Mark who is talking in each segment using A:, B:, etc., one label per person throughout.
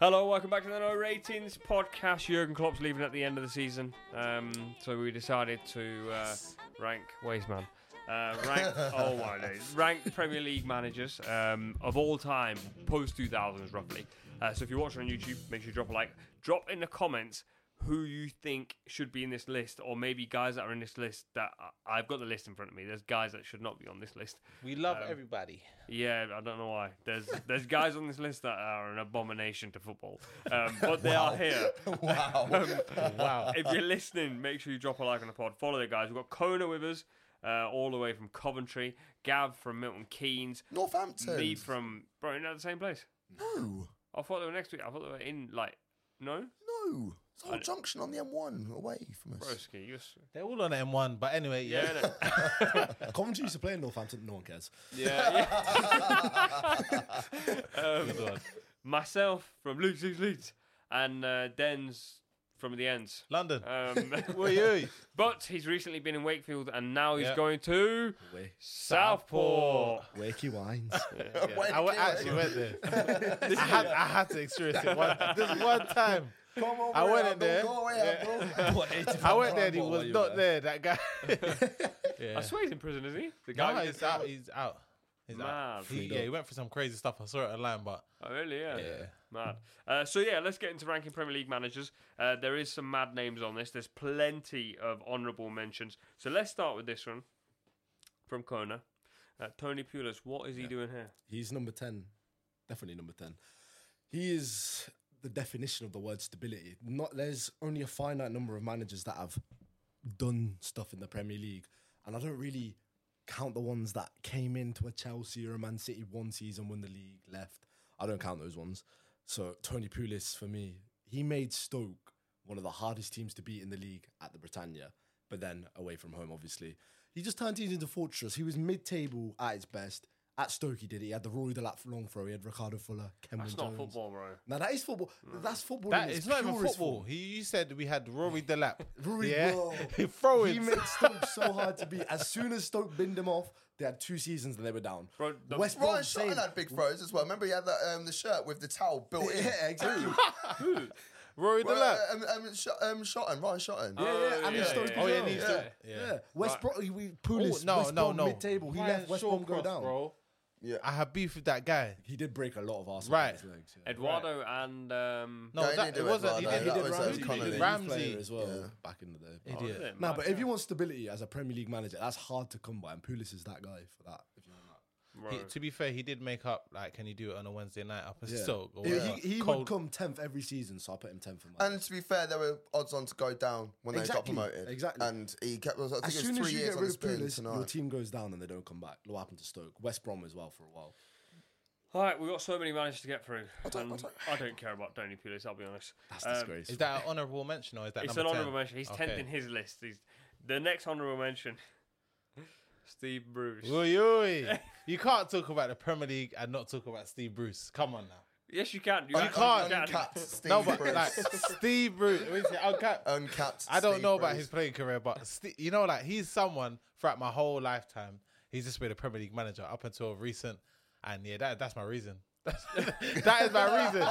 A: Hello, welcome back to the No Ratings podcast. Jurgen Klopp's leaving at the end of the season, um, so we decided to uh, rank Wasteman, uh, rank oh my days, rank Premier League managers um, of all time, post 2000s roughly. Uh, so if you're watching on YouTube, make sure you drop a like. Drop in the comments who you think should be in this list, or maybe guys that are in this list that uh, I've got the list in front of me. There's guys that should not be on this list.
B: We love everybody.
A: Yeah, I don't know why. There's there's guys on this list that are an abomination to football, um, but they are here.
C: Wow.
A: wow! If you're listening, make sure you drop a like on the pod. Follow the guys. We've got Kona with us, uh, all the way from Coventry. Gav from Milton Keynes.
C: Northampton.
A: Lee from bro, you're not at the same place.
C: No.
A: I thought they were next week. I thought they were in like no.
C: No. It's a whole junction on the M1 away from us.
A: Broski, you're s-
B: They're all on M1, but anyway, yeah.
A: yeah, no.
D: Coventry used to play in Northampton. No one cares.
A: yeah, yeah. um, myself from Leeds, Leeds, Leeds, and uh, Dens from the ends.
B: London.
A: Um,
B: you?
A: but he's recently been in Wakefield, and now he's
B: Yeah.
A: going to
D: Wake-
A: Southport.
D: Wakey wines.
B: I w- actually went there. I, had, I had to experience it one, just one time. I went in there. I went there and he was not there, that guy.
A: I swear he's in prison, is he? The
B: no,
A: who
B: he's
A: did-
B: out. He's out. He's
A: Mad.
B: out. He, yeah, he went for some crazy stuff. I saw it online, but
A: Oh, really? Yeah.
B: Yeah.
A: Mad. Uh, so, yeah, let's get into ranking Premier League managers. Uh, there is some mad names on this. There's plenty of honourable mentions. So, let's start with this one from Kona. Uh, Tony Pulis, what is he doing here?
D: He's number 10. Definitely number 10. He is the definition of the word stability. Not There's only a finite number of managers that have done stuff in the Premier League. And I don't really count the ones that came into a Chelsea or a Man City one season, won the league, left. I don't count those ones. So Tony Pulis, for me, he made Stoke one of the hardest teams to beat in the league at the Britannia, but then away from home, obviously. He just turned teams into fortress. He was mid-table at his best. At Stoke, he did it. He had the Rory Delap long throw. He had Ricardo Fuller, Kevin
A: That's
D: Jones.
A: not football, bro.
D: Now that is football. That's football.
B: Mm. that
D: in its
B: is not even
D: purest
B: football.
D: form.
B: He, you said we had Rory Delap.
D: Rory,
B: yeah?
D: whoa.
B: he throw
D: He
B: it.
D: made Stoke so hard to beat. As soon as Stoke binned him off, they had two seasons and they were down.
A: Bro, the-
D: West
C: Ryan
D: Brom
C: Shot
D: same.
C: had big throws as well. Remember he had that, um, the shirt with the towel built in.
D: Oh, Yeah, exactly. yeah,
B: Rory Delap.
C: Well, um, um, Shot, um, Shotton, Ryan Shotton.
D: yeah. And
A: yeah,
D: in Stoke
A: yeah,
D: as
B: oh, yeah,
D: well.
B: and he's
D: yeah.
B: still- yeah.
D: yeah. West Brom, he, we, Pulis,
B: Oh, no,
D: West
B: no,
D: Brom
B: no.
D: mid-table. He
B: Ryan
D: left West
B: Shaw
D: Brom go
B: crossed,
D: down.
B: Bro.
C: Yeah.
B: I have beef with that guy.
D: He did break a lot of arse.
B: Right.
D: His legs, yeah.
A: Eduardo and. Um,
B: No,
C: No, he
B: that,
C: didn't
B: it
C: do
B: wasn't.
C: Edward,
B: He
C: no,
B: did,
C: that
B: he did
C: was, uh,
B: Ramsey. He
C: Connolly.
B: did
C: He's
D: player
B: Ramsey.
D: as well back in the day.
B: Idiot.
A: is it?
D: No, but if
A: Mad,
D: you want stability as a Premier League manager, that's hard to come by, and Pulis is that guy for that. If you want that.
A: bro.
B: He, to be fair, he did make up like, can you do it on a Wednesday night up a
D: Yeah.
B: Stoke? Or
D: He-
B: whatever.
D: He, he would
B: Cold.
D: come tenth every season, so I put him tenth in my.
C: And to be fair, there were odds on to go down when
D: Exactly,
C: they got promoted.
D: exactly.
C: And he kept. I think
D: as
C: it was
D: soon
C: three
D: as you
C: years
D: get
C: on
D: rid
C: his
D: of
C: spoon
D: Pulis, your
C: tonight.
D: team goes down and they don't come back. What happened to Stoke? West Brom as well for a while.
A: All right, we've got so many managers to get through. I
C: don't- I
A: and I, don't,
C: don't-
A: care about Tony Pulis, I'll be honest.
D: That's
A: Um,
D: disgraceful.
B: Is that an honourable mention or is that
A: It's an
B: number 10?
A: honourable mention. He's 10th
B: Okay.
A: in his list. He's The next honourable mention Steve Bruce.
E: Oi, oi. You can't talk about the Premier League and not talk about Steve Bruce. Come on now.
A: Yes, you can. You,
E: you can't.
C: Uncapped Steve
E: No, but
C: Bruce.
E: like Steve Bruce. we say, okay,
C: Uncapped.
E: I don't
C: Steve
E: know about
C: Bruce.
E: his playing career, but st- you know, like he's someone throughout my whole lifetime. He's just been a Premier League manager up until recent, and yeah, that that's my reason. That's, that is my reason.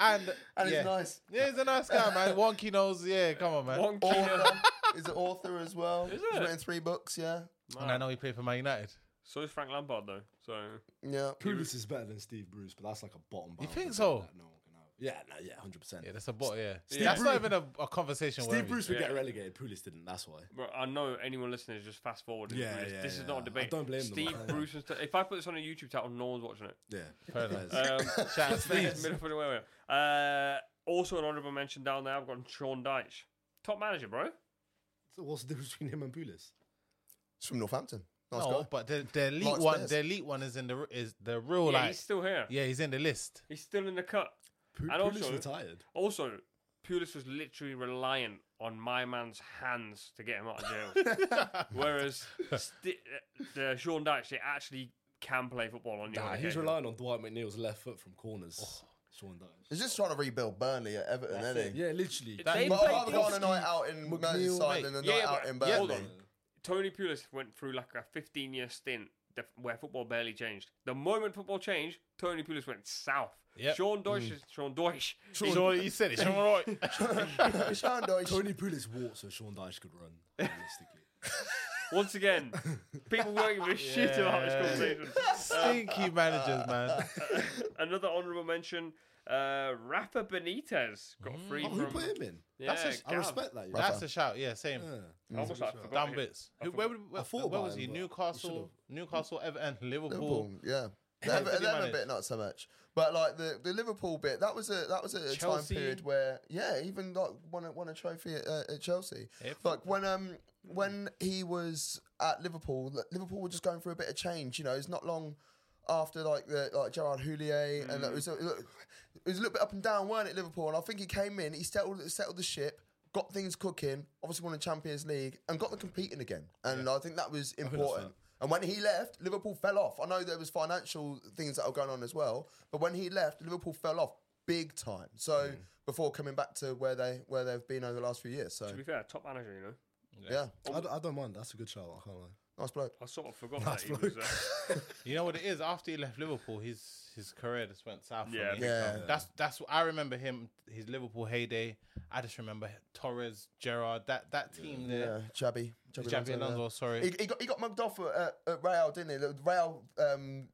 E: And
C: And
E: yeah.
C: he's nice.
E: Yeah, he's a nice guy, man. Wonky knows. Yeah, come on, man.
A: Wonky.
C: Author. He's an author as well. He's written three books, yeah.
E: And I know he played for Man United.
A: So is Frank Lampard though. So
C: Yeah.
D: Pulis is better than Steve Bruce, but that's like a bottom. You
E: think so?
D: No one can have. Yeah, no, yeah, hundred percent.
E: Yeah, that's a bot. Yeah,
D: Steve
E: that's not even
D: Bruce-
E: a, a conversation.
D: Steve
E: worthy.
D: Bruce would
A: Yeah.
D: get relegated. Pulis didn't. That's why.
A: bro, I know anyone listening is just fast forwarding.
D: Yeah,
A: through this.
D: yeah,
A: this
D: yeah.
A: is not a
D: I
A: debate.
D: don't blame them.
A: Steve Bruce. And st- if I put this on a YouTube channel, no one's watching it.
D: Yeah,
E: Fair enough.
A: Um,
E: Shout out Steve.
A: midfielder, wait, wait. Uh, also an honourable mention down there. I've got Sean Dyche, top manager, bro.
D: So what's the difference between him and Pulis?
C: He's from Northampton. Nice
E: No,
C: guy.
E: but the, the elite
C: Mark
E: one,
C: Spears.
E: the elite one is in the is the real
A: Yeah,
E: like.
A: he's still here.
E: yeah, he's in the list.
A: He's still in the cut.
D: Pu-
A: And
D: Pulis
A: also-
D: retired.
A: Also, Pulis was literally reliant on my man's hands to get him out of jail. Whereas sti uh, Sean Dyche they actually can play football on you.
D: Nah,
A: on
D: he's
A: occasion.
D: relying on Dwight McNeil's left foot from corners. Oh, Sean Dyche.
C: He's just trying to rebuild Burnley at Everton, isn't he?
D: Yeah, literally.
A: They
C: But
A: played
C: I'd rather go on a
A: decent.
C: night out in
D: McNeil,
C: Merseyside
E: mate.
C: than a night
A: Yeah,
C: out
A: but-
C: in
A: yeah, hold
C: Burnley.
A: on. Tony Pulis went through like a 15 year stint def- where football barely changed. The moment football changed, Tony Pulis went south.
E: Yep.
A: Sean Deutsch is Sean Deutsch.
E: Sean, you said it. Sean Roy.
C: Sean Dyche.
D: Tony Pulis walked so Sean Dyche could run. Realistically,
A: Once again, people won't give a shit about this conversation.
E: Stinky managers, man.
A: Another honourable mention uh, Rafa Benitez got free
D: oh,
A: from.
D: who put him in?
A: Yeah,
E: That's just-
D: I
A: Gav.
D: respect that. You know.
E: That's a shout. Yeah, same.
A: I almost like forgot
E: Damn
A: it.
E: bits.
A: I
E: Who,
A: forgot.
E: where would, where,
D: I thought
E: where
D: about
E: was
D: him,
E: he?
D: but I
E: Newcastle, Newcastle, Everton, Liverpool.
C: Liverpool, yeah. The
E: How
C: Ever-
E: did
C: the
E: he
C: Everton
E: manage?
C: bit not so much, but like the, the Liverpool bit, that was a that was a time
E: Chelsea.
C: period where yeah, even like won a, won a trophy at, uh, at Chelsea.
E: Yep.
C: Like when um when he was at Liverpool, li- Liverpool were just going through a bit of change. You know, it's not long after like the like Gerard Houllier, and it was a, it was a little bit up and down, weren't it? Liverpool, and I think he came in, he settled settled the ship. Got things cooking, obviously won the Champions League, and got them competing again. And I think that was important. And when he left, Liverpool fell off. I know there was financial things that were going on as well, but when he left, Liverpool fell off big time. So before coming back to where they where they've been over the last few years. So
A: To be fair, top manager, you know.
C: yeah,
D: I, d- I don't mind. That's a good shout. I can't lie.
C: nice bloke.
A: I sort of forgot that he was. Uh,
E: You know what it is? After he left Liverpool, his his career just went south. for
A: Yeah, big
E: me.
C: Yeah. time.
E: That's that's what I remember him. His Liverpool heyday. I just remember Torres, Gerrard. That that team
C: Yeah,
E: there.
C: Jabby. Jabby,
E: Xabi
C: Alonso,
E: Alonso,
C: yeah.
E: sorry.
C: He, he got he got mugged off at, at, at Real, didn't he? The Real um,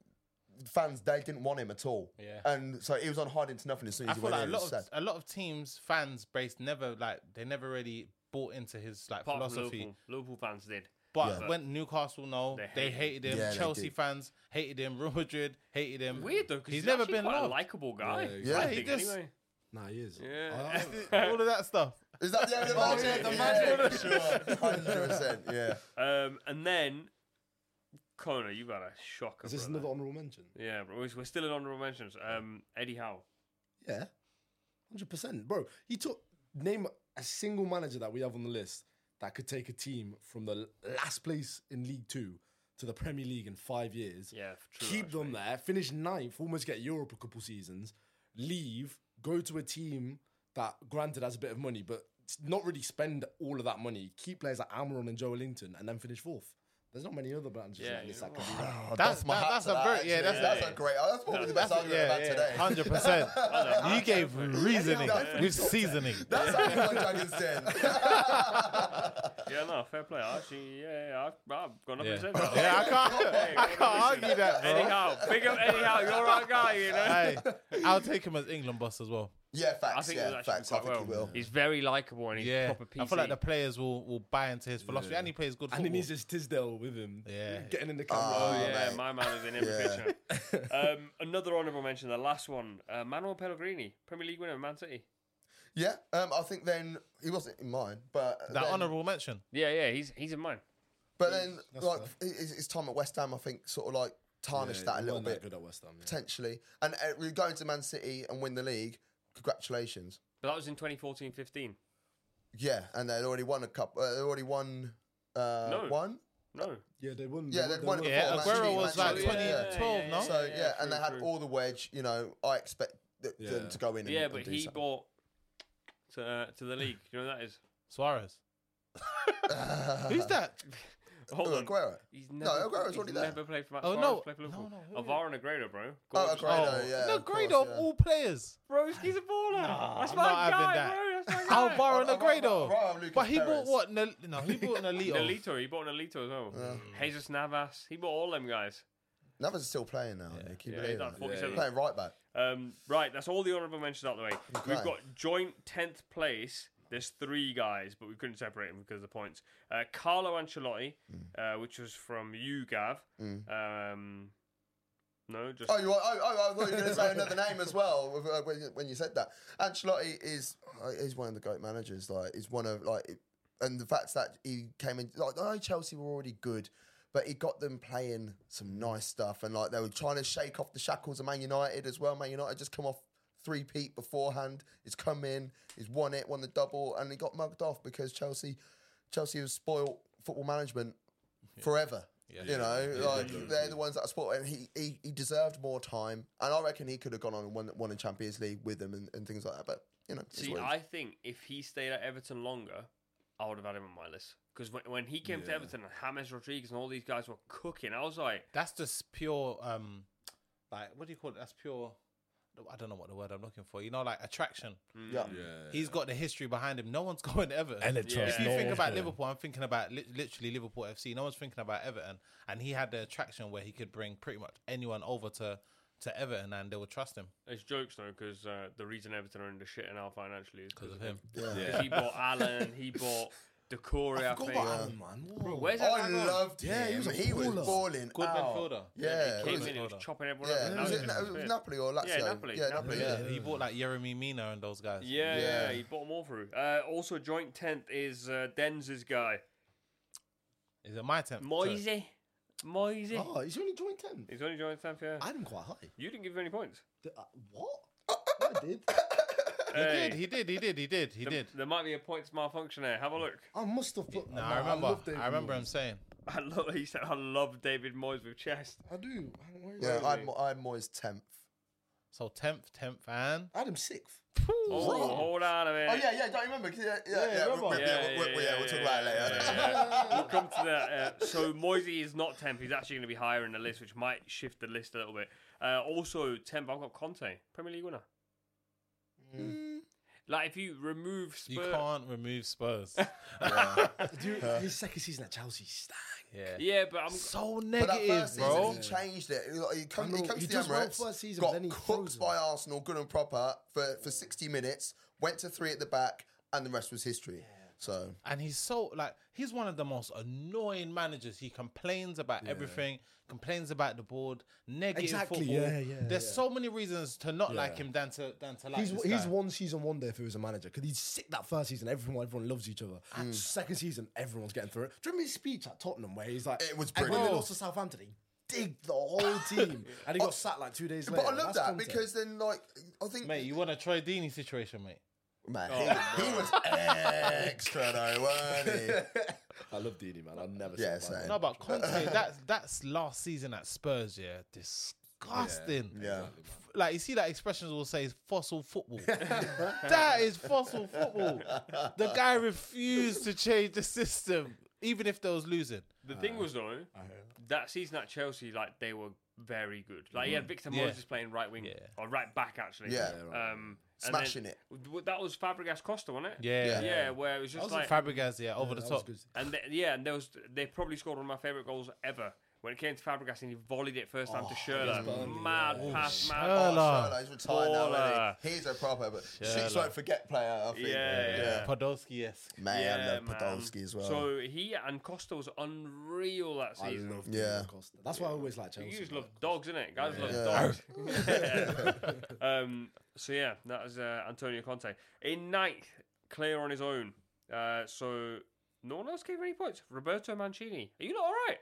C: fans they didn't want him at all.
E: Yeah.
C: and so he was on hiding to nothing as soon
E: I
C: as he
E: feel like
C: went
E: a
C: in. It was
E: lot of
C: sad.
E: a lot of teams fans base never like they never really bought into his like
A: apart from
E: philosophy.
A: Liverpool. Liverpool fans did.
E: But when Newcastle, no,
A: They
E: they,
A: hated him.
E: hated him.
C: Yeah, they
E: Chelsea
C: did.
E: fans hated him. Real Madrid hated him.
A: Weird though, because
E: He's, never been
A: quite a
E: loved.
A: likable guy.
D: Yeah,
C: Yeah,
A: I
E: he
A: think,
E: just-
A: anyway.
D: Nah, he is.
A: Yeah.
E: All of that stuff.
C: Is that the only manager?
D: the
C: hundred percent. Yeah.
A: Um, and then, Connor, you've had a shocker.
D: Is this
A: brother.
D: another honourable mention?
A: Yeah, bro, we're- we're still in honorable mentions. Um, Eddie Howe.
D: Yeah, hundred percent, bro. He took name a single manager that we have on the list that could take a team from the l- last place in League Two to the Premier League in five years.
A: Yeah, f- true,
D: keep
A: actually.
D: them there, finish ninth, almost get Europe a couple seasons, leave, go to a team that granted has a bit of money, but s- not really spend all of that money. Keep players like Amaron and Joelinton, and then finish fourth. There's not many other managers
A: Yeah,
D: like this
A: you-
D: that can do that.
E: That's
C: Oh, My
E: that,
C: hat
E: that's
C: to
E: a
C: that,
E: very yeah.
C: actually.
E: That's
C: that's a great. That's probably the best argument about today.
E: Hundred percent. You
A: I'm
E: gave
A: down
E: reasoning
C: Yeah.
E: with seasoning.
C: That's how you like Dragons Den.
A: Yeah, no, fair play. I Actually, yeah, yeah I've, I've got nothing
E: Yeah.
A: to say. about
E: yeah,
A: that.
E: I can't. I can't argue that, bro.
A: Eddie Howe, big up Eddie Howe. You're our guy, you know.
E: Hey, I'll take him as England boss as well.
C: yeah,
A: I
C: facts.
A: think
C: Yeah,
A: he's actually
C: facts. I
A: quite
C: think
A: well.
C: he will.
A: He's very likable and he's
E: Yeah,
A: proper PC.
E: I feel like the players will, will buy into his philosophy, and he plays good football.
D: And he needs his Tisdale with him.
E: Yeah.
D: Getting in the camera.
C: Oh,
A: Oh, yeah,
C: mate.
A: my man is in every
C: Yeah.
A: picture. Um, another honourable mention, the last one, uh, Manuel Pellegrini, Premier League winner, of Man City.
C: Yeah, um, I think then he wasn't in mine, but
E: that
C: then,
E: honourable mention.
A: Yeah, yeah, he's he's in mine.
C: But then, like his, his time at West Ham, I think sort of like tarnished that a
D: he
C: little
D: weren't that
C: bit
D: Good at West Ham. yeah.
C: potentially. And uh, we're going to Man City and win the league. Congratulations.
A: But that was in 2014-15.
C: Yeah, and they'd already won a cup. Uh, they already won uh,
A: No.
C: one.
A: No.
D: Yeah, they won.
C: Yeah,
D: won-
C: they'd won it
D: won-
E: Yeah,
C: before,
E: Aguero
C: actually,
E: was
C: Man
E: like
C: City, yeah.
E: 2012,
A: Yeah,
E: no?
C: So yeah, and they
A: true,
C: had
A: true.
C: all the wedge. You know, I expect th- them
D: Yeah.
C: to go in. And,
A: Yeah,
C: and
A: but
C: do
A: he
C: something.
A: bought to, uh, to the league. Do you know what that is?
E: Suarez. Who's that?
A: Hold
C: Oh,
A: on.
C: Aguero.
A: He's
C: No,
A: never,
C: Aguero's
A: he's
C: already there.
A: never played for Man
E: Oh,
A: Suarez
E: no.
A: played for
E: No,
A: Liverpool.
E: no, who
A: Alvaro and Negredo, bro.
C: Oh,
A: Gorgeous.
C: Aguero.
E: Oh,
C: yeah,
E: no,
C: of course,
E: great of
C: yeah.
E: all players.
A: Broski's a baller. That's
E: I'm
A: my
E: not having
A: guy,
E: that.
A: bro. That's my guy.
E: Alvaro
C: Oh,
E: Negredo.
C: Alvaro- Alvaro Lucas
E: but he bought
C: Perez.
E: what? Nel- no, he bought Nolito.
A: Nolito, he bought Nolito as well. Jesus Navas, he bought all them guys.
C: Navas is still playing now. Yeah,
A: Yeah,
C: keep
A: he's
C: believing
A: done
C: it.
A: 47.
C: Playing right back.
A: Um, right, that's all the honourable mentions out of the way. We've
C: Okay.
A: got joint 10th place. There's three guys, but we couldn't separate them because of the points. Uh, Carlo Ancelotti,
C: Mm.
A: uh, which was from you, Gav. Um, no, just.
C: Oh, you are, oh, oh, I thought you were going to say another name as well with, uh, when, you- when you said that. Ancelotti is uh, he's one of the great managers. Like he's one of like, it- and the fact that he came in like I know Chelsea were already good, but he got them playing some nice stuff and like they were trying to shake off the shackles of Man United as well. Man United just come off three peat beforehand. He's come in, he's won it, won the double, and he got mugged off because Chelsea, Chelsea was spoiled football management forever. You know, like they're the ones that are spoiled, and he, he he deserved more time. And I reckon he could have gone on and won, won a Champions League with them and, and things like that. But you know, it's
A: See,
C: what it is.
A: I think if he stayed at Everton longer, I would have had him on my list. Because when, when he came to Everton and James Rodriguez and all these guys were cooking, I was like,
E: That's just pure, um, like, what do you call it? That's pure, I don't know what the word I'm looking for. You know, like attraction.
C: yeah,
E: He's got the history behind him. No one's going to Everton.
D: And it
A: Yeah.
E: if
D: trust
E: you
D: no
E: think
D: one
E: about
D: can.
E: Liverpool, I'm thinking about li- literally Liverpool FC. No one's thinking about Everton, and he had the attraction where he could bring pretty much anyone over to to Everton, and they would trust him
A: it's jokes though, because uh, the reason Everton are in the shit and now financially is
E: because of him.
A: Because he bought Allen, he bought Decore, I,
D: I forgot
A: think.
D: about Alan, man. Whoa.
A: Where's that
C: I
A: guy gone?
C: loved him.
D: Yeah, he was a
C: he was
D: baller.
C: balling.
E: Good
C: out.
E: midfielder.
C: Yeah,
A: Came
C: was
A: in,
C: it-
A: he was chopping everyone
C: yeah.
A: up.
C: Was it,
A: Now
C: Na-
A: he's
C: it was
A: fit.
C: Napoli or Lazio?
A: Yeah, Napoli,
C: Yeah,
A: Napoli,
C: Napoli.
E: Yeah,
C: yeah.
E: he bought like Jeremy Mina and those guys.
A: Yeah, yeah,
C: Yeah.
A: he bought them all through. Uh, also, joint 10th is uh, Denz's guy,
E: is it my temp? Sorry.
A: Moise. Moise.
D: Oh, he's only joined 10.
A: He's only joint 10th, yeah.
D: I had him quite high. uh.
A: You didn't give him any points.
D: Did I- uh, what? I did.
E: He
A: Hey.
E: did, he did, he did, he did, he
A: There-
E: did.
A: There might be a points malfunction there. Have a look.
D: I must have put.
E: No, I remember.
D: love David
E: I remember
D: Moyes.
E: him saying.
A: I love. He said, "I love David Moyes with chest."
D: I do. I don't worry
C: Yeah,
D: about it.
C: I'm I'm Moyes tenth.
E: So tenth, tenth, and
D: I had him sixth.
A: Oh, hold on a minute.
C: Oh yeah, yeah. Don't you remember? 'Cause Yeah, yeah, yeah. we-
D: remember.
C: we-
A: Yeah,
C: Oh, Yeah, we- we-
A: yeah,
C: yeah. We'll talk about it
A: yeah,
C: later.
A: yeah, yeah. we'll come to that. Uh, so Moisey is not tenth. He's actually going to be higher in the list, which might shift the list a little bit. Uh, also, tenth. I've got Conte, Premier League winner. Mm. Like if you remove Spurs,
E: Mm. You can't remove Spurs.
D: Dude, his second season at Chelsea stank.
E: Yeah.
A: Yeah, but I'm.
E: So
C: But that
E: negative,
C: first
E: bro.
C: season, he changed it. He, like, he come-
D: I know,
C: he comes to
D: he
C: the
D: does well
C: Emirates,
D: first season,
C: got
D: but then he throws
C: cooked
D: him.
C: by Arsenal, good and proper, for, for 60 minutes, went to three at the back, and the rest was history. So,
E: And he's so like he's one of the most annoying managers. He complains about everything, complains about the board, negative
D: Exactly,
E: football.
D: yeah, yeah,
E: There's
D: yeah.
E: so many reasons to not like
D: Yeah.
E: him than to than to like
D: He's,
E: this
D: he's
E: guy.
D: one season wonder if he was a manager because he's sick that first season. Everyone everyone loves each other. Second season, everyone's getting through it. Do you remember his speech at Tottenham where he's like,
C: It was
D: and when they
C: brilliant.
D: lost to Southampton, he digged the whole team Oh, and he got sat like two days later.
C: but I love
D: That's
C: that
D: content.
C: because then, like, I think
E: Mate, you want a Troy Deeney situation, mate.
A: Oh,
C: man, he, he was extra though, weren't he?
D: I love Dini, man. I've never
C: Yeah,
D: seen
C: same.
E: No, but Conte, that's that's last season at Spurs, yeah. Disgusting.
C: Yeah,
E: Like you see that expressions will say fossil football. that is fossil football. The guy refused to change the system, even if they was losing.
A: The thing was though, that season at Chelsea, like they were very good. Like he had Victor
E: Mm. Yeah.
A: Moses playing right wing
E: Yeah.
A: or right back actually.
C: Yeah.
A: Um, and then-
C: smashing it.
A: w- That was Fabregas Costa, wasn't it?
E: Yeah.
A: Yeah,
E: Yeah.
A: where it was
E: That
A: just
E: was
A: like
E: Fabregas, yeah, over the top.
A: And th yeah, and there was they probably scored one of my favorite goals ever when it came to Fabregas and he volleyed it first time to Schürrle. Mad pass, mad pass.
E: Schürrle.
C: Oh, Sherlock's retired now,
A: Baller.
C: isn't he? He's a proper, but she's like forget player. I think.
A: Yeah, yeah.
E: Podolski esque.
C: Man, I love
A: man.
C: Podolski as well.
A: So he and Costa was unreal that
D: I
A: season.
D: love
C: Yeah.
D: Diego Costa. That's why I always like Chelsea.
A: You just
D: man.
A: love dogs, innit? Guys love dogs. um, so yeah, that was uh, Antonio Conte. In ninth, clear on his own. Uh, so no one else gave any points. Roberto Mancini. Are you not all right?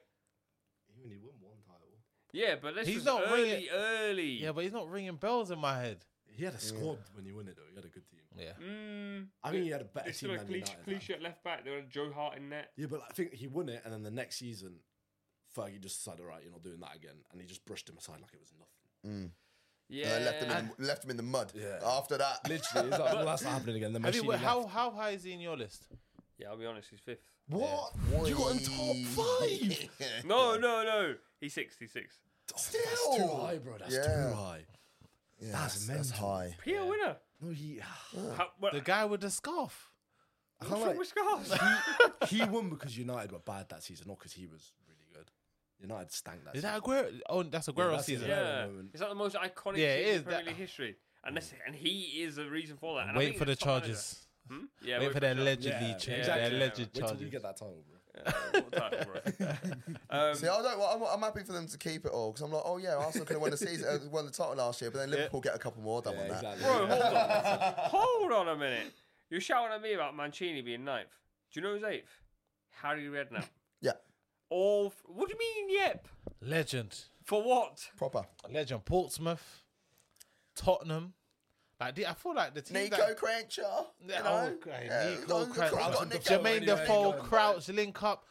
D: He only won one title.
A: Yeah, but this
E: He's
A: was
E: not
A: early,
E: ringing-
A: early.
E: Yeah, but he's not ringing bells in my head.
D: He He had a squad when he won it, though. He had a good team.
E: Yeah.
A: Mm,
D: I think he had a better
A: it's
D: team
A: still a
D: than
A: cliche,
D: United. had.
A: cliche at left back. They had Joe Hart in net.
D: Yeah, but I think he won it, and then the next season, Fergie just decided, all right, you're not doing that again, and he just brushed him aside like it was nothing.
A: Yeah,
C: And I Uh, left him in, the- left him in the mud. After that,
D: Literally, it's like, well, that's not happening again. The
B: Have you-
D: machine
B: how
D: left.
B: how high is he in your list?
A: yeah. I'll be honest, he's fifth.
D: what?
C: Boy.
D: You got him top five.
A: No, no, no. He's 66.
D: That's too
C: Still.
D: high, bro. That's
C: Yeah.
D: too high.
C: Yeah,
D: That's
C: that's
D: mental.
C: high.
A: PL winner.
D: No, he.
A: How, what,
B: The guy with the scarf.
D: I
A: what's wrong
D: like-
A: with Scarves?
D: he won because United were bad that season, not because he was really good. United stank that.
E: Is
D: season.
E: that Aguero? Oh, that's Aguero
D: that's
E: season.
D: it. Yeah.
A: Yeah,
D: moment.
A: is that the most iconic
B: Yeah, it
A: team in
B: is
A: Premier
B: that-
A: League history? And this, and he is the reason for that. And I
E: Wait
A: think
E: for the
A: he's a top manager.
E: charges.
A: Hmm? Yeah,
E: Wait for the
A: the
E: allegedly
D: Yeah,
E: charges.
D: yeah,
E: the
A: exactly.
E: alleged
D: Wait till
E: charges.
D: you get that title, bro.
A: charges. um,
C: See, I don't. I'm, I'm happy for them to keep it all because I'm like, oh yeah, Arsenal could have won the season, uh, won the title last year, but then Liverpool get a couple more done on that.
A: bro, hold on, hold on a minute. You're shouting at me about Mancini being ninth. Do you know who's eighth? Harry Redknapp.
C: Yeah,
A: All. f- What do you mean? Yep.
E: Legend.
A: For what?
C: proper.
E: Legend. Portsmouth. Tottenham. Like, the- I feel like the team.
C: Nico
E: that,
C: Crancher. You
E: Yeah,
C: know?
E: oh, great.
C: Yeah,
E: Nico
C: got-
E: Crancher.
C: got
E: I was
C: Nico
E: Jermaine
C: anyway.
E: Defoe,
C: Nico.
E: Crouch, link up.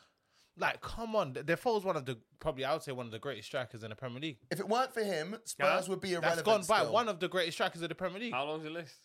E: Like, come on. De- Defoe's one of the, probably, I would say, one of the greatest strikers in the Premier League.
C: If it weren't for him, Spurs
A: Yeah.
C: would be
E: That's
C: irrelevant.
E: gone by.
C: still.
E: One of the greatest strikers of the Premier League.
A: How long's the list?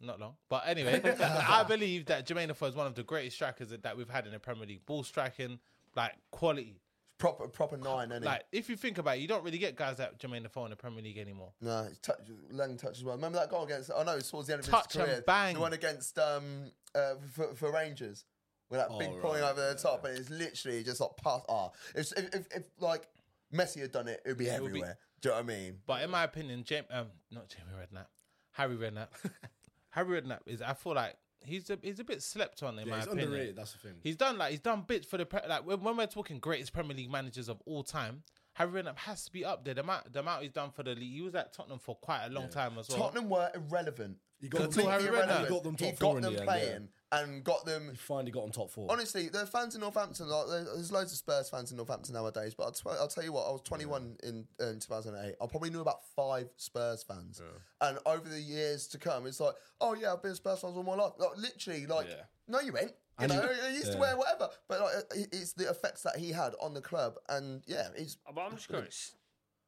E: Not long. But anyway, I believe that Jermaine Defoe is one of the greatest strikers that, that we've had in the Premier League. Ball striking, like, quality.
C: proper proper nine, isn't
E: Like, if you think about it, you don't really get guys like Jermaine Defoe in the Premier League anymore.
C: he? No, his touch, long touch as well. Remember that goal against? I know it was towards the end of
E: Touch
C: his
E: and
C: career.
E: bang.
C: The one against um uh, for, for Rangers with that big point over the top, and it's literally just like pass. Ah, if, if, if, if like Messi had done it, it'd be
E: would be-
C: everywhere. Do you know what I mean?
D: Mm.
E: But in my opinion, Jam- um, not Jamie Redknapp, Harry Redknapp, Harry Redknapp is. I feel like he's a he's a bit slept on in
D: Yeah,
E: my
D: he's
E: opinion.
D: underrated. That's the thing.
E: He's done like he's done bits for the pre- like when, when we're talking greatest Premier League managers of all time. Harry Redknapp has to be up there. The amount the amount he's done for the league. He was at Tottenham for quite a long time as well.
C: Tottenham were irrelevant.
D: He got them-
E: Until Harry
C: Completely
E: Redknapp.
C: irrelevant.
D: He got them top
C: He
D: four
C: got
D: in
C: them
D: the end, yeah.
C: playing and got them
D: He finally got on top four.
C: Honestly, the fans in Northampton, like, there- there's loads of Spurs fans in Northampton nowadays, but I'll, tw- I'll tell you what, I was 21 in, in 2008. I probably knew about five Spurs fans. And over the years to come, it's like, oh yeah, I've been a Spurs fan all my life. Like, literally, like,
D: Yeah.
C: no, you ain't. You
D: And
C: know,
D: you-
C: I used to
D: yeah.
C: wear whatever, but like, it- it's the effects that he had on the club, and yeah, he's
A: But I'm just going. It's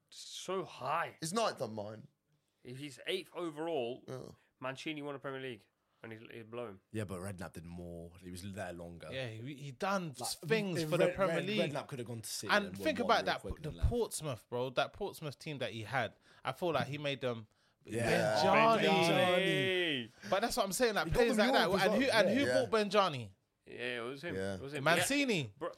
A: so high.
C: he's ninth on mine.
A: If he's eighth overall,
C: Oh.
A: Mancini won a Premier League, and he he blow him.
D: yeah, but Redknapp did more. He was there longer.
E: Yeah, he, he done
D: Like,
E: things
D: if
E: for the
D: Red-
E: Premier
D: Red-
E: League.
D: Redknapp could have gone to City
E: and
D: won
E: think
D: one
E: about
D: real
E: that
D: quick
E: the
D: and left.
E: Portsmouth, bro. That Portsmouth team that he had. I feel like he made them.
D: Yeah.
E: Benjani.
A: Benjani.
E: But that's what I'm saying. Like
D: He got
E: players
D: them
E: like that.
D: Europe as
E: And who
D: well.
E: and
D: Yeah.
E: who
C: Yeah.
E: bought Benjani?
A: Yeah, it was him.
C: Yeah.
A: It was him.
E: Mancini.
A: Bro,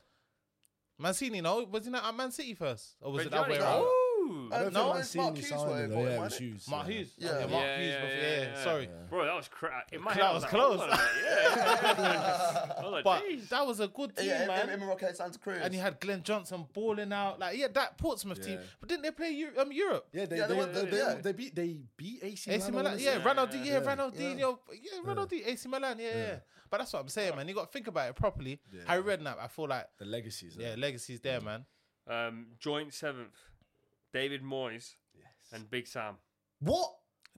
E: Mancini, no, was he not at Man City first, or was it that
A: Benjani.
E: way around?
A: Ooh.
C: I
D: I
C: don't
D: don't
C: know,
D: think
C: it's Mark Hughes where he
D: though.
C: bought him,
D: Yeah, it
C: wasn't
D: was
C: it?
D: Hughes.
E: Mark
D: yeah.
E: Hughes.
C: Yeah.
E: Yeah, Mark Hughes. before- Yeah, sorry.
A: Bro, that was cra- in my
E: That
A: head. I
E: was
A: like,
E: close.
A: hold on a minute, Yeah. I was like,
E: But
A: jeez.
E: that was a good team,
C: Yeah,
E: man.
C: him, him and Roque Santa Cruz.
E: and he had Glenn Johnson balling out. Like, yeah, that Portsmouth team.
D: Yeah.
E: But didn't they play Eu- um, Europe?
D: Yeah, they,
C: Yeah, they
D: they,
C: won-
D: they,
C: they-
D: they,
C: yeah.
D: they beat they beat
E: AC
D: AC, Milan. I
E: Milan,
D: wanna
E: yeah,
D: say.
E: Ronaldinho, yeah,
C: yeah.
E: Ronaldinho, yeah, Ronaldinho, AC Milan, yeah, yeah, But that's what I'm saying, man. You got to think about it properly. Harry Redknapp, I feel like,
D: The legacies.
E: yeah, Mm. legacy's there, man.
A: Um, joint seventh, David Moyes and Big Sam.
D: What?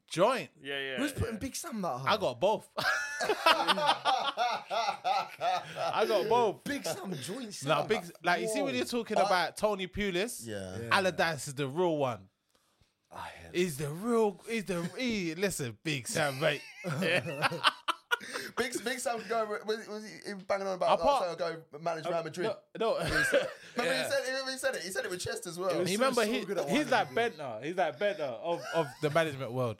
E: Joint,
A: Yeah, yeah.
D: Who's
A: yeah.
D: putting Big Sam that high?
E: I got both. I got both.
D: Big Sam joint Sam.
E: Now, big, like you see when you're talking about Tony Pulis,
C: yeah.
E: Allardyce is the real one.
D: I hear
E: Is the real? Is the he, listen, Big Sam, mate.
C: Big, big Sam go was, was he, he was banging on about
E: Apart- Uh,
C: like, so go manage Real Madrid.
E: No, no.
C: Remember he said remember he said it. He said it with chest as well.
E: He remember
D: so
E: he,
D: good at
E: he's
D: one
E: like Bentner. He's like Bentner of, of the management world.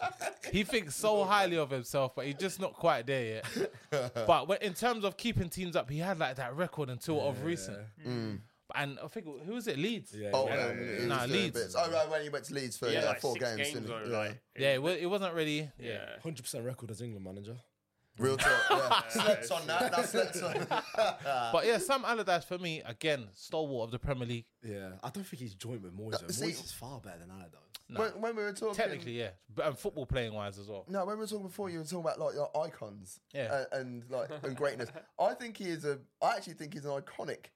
E: He thinks so highly of himself, but he's just not quite there yet. but when, in terms of keeping teams up, he had like that record until of recent.
D: Mm.
E: And I think who was it? Leeds.
D: Yeah.
C: Oh,
D: yeah.
C: um, he was
E: Nah,
C: doing
E: Leeds.
C: bits. Oh, right, when he went to Leeds for
A: He had,
C: yeah,
A: like
C: four
A: six
C: games. didn't he?
A: or,
C: yeah.
A: like,
E: Yeah, it, wa- it wasn't really. Yeah.
A: yeah.
D: 100% record as England manager.
C: Real talk. Yeah. slept on that. That slept on.
E: But yeah, Sam Allardyce for me again, stalwart of the Premier League.
D: Yeah, I don't think he's joint with Moyes. though.
C: see-
D: Moyes is far better than I though.
C: when, when we were talking,
E: Technically, yeah, but and football playing wise as well.
C: No, when we were talking before, you were talking about like your icons
E: Yeah.
C: and, and like and greatness. I think he is a. I actually think he's an iconic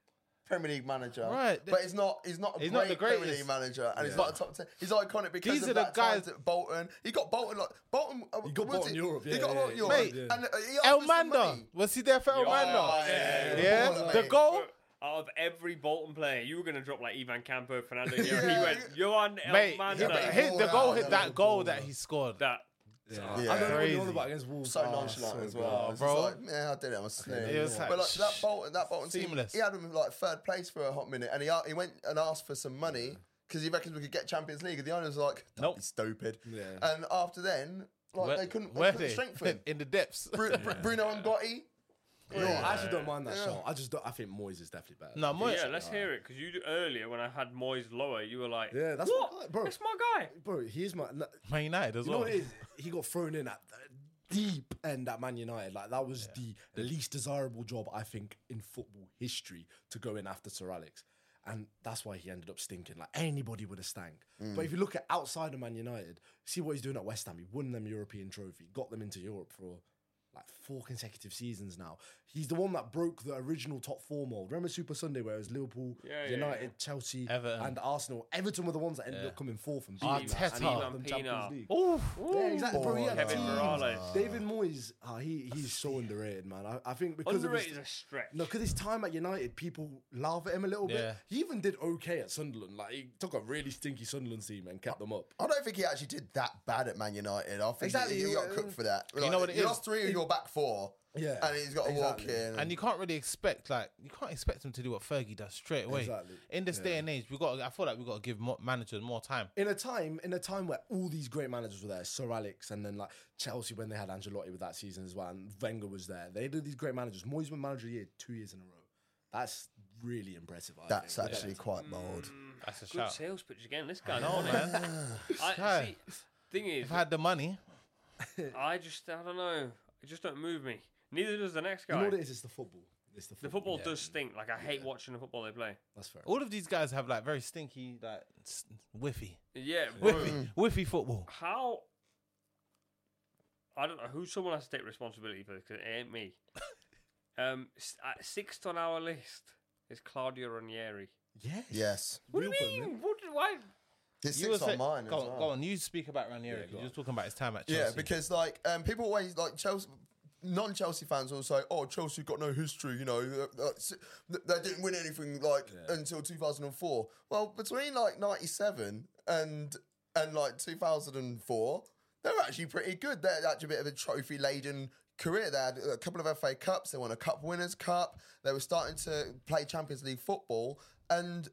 C: Premier League manager.
E: Right.
C: But he's not he's not a
E: He's
C: great
E: not the
C: Premier
E: greatest.
C: League manager and he's not a top ten. He's iconic because
E: These
C: of
E: are the
C: that time
E: guys-
C: at Bolton. He got Bolton like Bolton uh,
D: got
C: was
D: Bolton
C: it-
D: Europe,
C: he
D: yeah,
C: got
D: yeah,
C: Bolton
D: yeah.
C: Europe.
E: Mate,
C: And, uh, he asked
E: El
C: for some
E: Mando.
C: money.
E: Was he there for El Mando?
C: yeah,
E: Yeah.
C: Bolton,
E: The
C: mate.
E: goal?
A: Out of every Bolton player, you were going to drop like Ivan Campo, Fernando. Hierro.
C: Yeah.
A: He went, Johan
E: Mate,
A: Elmander.
E: hit,
C: but
E: hit the
C: ball
E: goal,
C: out,
E: hit
C: yeah,
E: that
C: the
E: goal that he scored.
A: that.
C: Yeah.
D: I don't know what you're on
E: Crazy.
D: about against Wolves.
C: so
D: Oh,
C: nonchalant
D: so
C: as well. It's just
E: bro.
C: like, man, I did it. I'm a snake.
E: It was
C: but like
E: like,
C: that Bolton, that Bolton
E: Seamless.
C: team, he had him like third place for a hot minute, and he a- he went and asked for some money because he reckons we could get Champions League. And the owners were like, "Don't
E: Nope.
C: be stupid."
D: Yeah.
C: And after then, like
E: Where-
C: they couldn't, they
E: were
C: couldn't strengthen.
E: in the depths?
C: Bru- Bru- Bruno and Gotti.
D: No, I actually don't mind that shot. I just don't. I think Moyes is definitely better.
E: No, Moyes.
A: Yeah, let's hear it because you earlier when I had Moyes lower, you were like,
D: Yeah, that's
A: what,
D: my guy, bro."
A: That's my guy.
D: bro, he is my. no,
E: Man United as
D: you know
E: well.
D: what it is? He got thrown in at the deep end at Man United. Like that was the least desirable job I think in football history to go in after Sir Alex, and that's why he ended up stinking. Like anybody would have stank.
E: Mm.
D: But if you look at outside of Man United, see what he's doing at West Ham. He won them European trophy, got them into Europe for. Like four consecutive seasons now. He's the one that broke the original top four mold. Remember Super Sunday, where it was Liverpool,
A: Yeah, yeah,
D: United, Chelsea,
E: Everton.
D: and Arsenal. Everton were the ones that ended up coming fourth and beating
E: Arteta.
D: them, and he got them
A: Pienaar.
D: Champions League.
E: Oof.
D: Yeah, exactly. Bro, he had
A: Kevin
D: teams.
A: Morales.
D: David Moyes, ah, he, he's so underrated, man. I, I think because
A: Underrated
D: of
A: is a
D: his,
A: stretch.
D: no, because his time at United, people laugh at him a little bit.
E: Yeah.
D: He even did okay at Sunderland. Like he took a really stinky Sunderland team and kept them up.
C: I don't think he actually did that bad at Man United. I think
D: Exactly,
C: he, he
D: you-
C: got cooked for that.
E: you know what it
C: he
E: is?
C: lost three of your back four,
D: Yeah,
C: and he's got to walk
D: exactly.
C: in.
E: And you can't really expect like you can't expect him to do what Fergie does straight away.
D: Exactly.
E: In this day and age, we got. I feel like we got to give more, managers more time.
D: In a time, in a time where all these great managers were there, Sir Alex, and then like Chelsea when they had Angelotti with that season as well, and Wenger was there. They did these great managers. Moyes won manager of the year two years in a row. That's really impressive. I
C: That's
D: think.
C: actually quite bold.
E: That's a
A: Good
E: shout.
A: sales pitch again. This guy's
E: No
A: on it.
E: man,
A: I, see,
E: Sky.
A: thing is,
E: if I had the money,
A: I just, I don't know. It just don't move me. Neither does the next
D: You know
A: guy.
D: what it is? It's the football. It's the
A: The
D: football.
A: football
D: Yeah,
A: does stink. Like I hate watching the football they play.
D: That's fair.
E: all of these guys have like very stinky, like s- whiffy,
A: Yeah, bro.
C: Mm.
E: whiffy, whiffy football.
A: how? I don't know who someone has to take responsibility for this 'cause it ain't me. um, s- at sixth on our list is Claudio Ranieri.
D: Yes.
C: Yes,
A: What
D: Real
A: do you mean? What, why?
C: there's
E: were
C: six on
E: say-
C: mine.
E: Go,
C: as
E: on,
C: well.
E: go on, you speak about Ranieri. You're just talking about his time at Chelsea.
C: Yeah, because like um, people always like Chelsea. Non-Chelsea fans will say, "Oh, Chelsea got no history. You know, uh, uh, s- th- they didn't win anything like until 2004." Well, between like 97 and and like 2004, they were actually pretty good. They're actually a bit of a trophy-laden career. They had a couple of FA Cups. They won a Cup Winners' Cup. They were starting to play Champions League football, and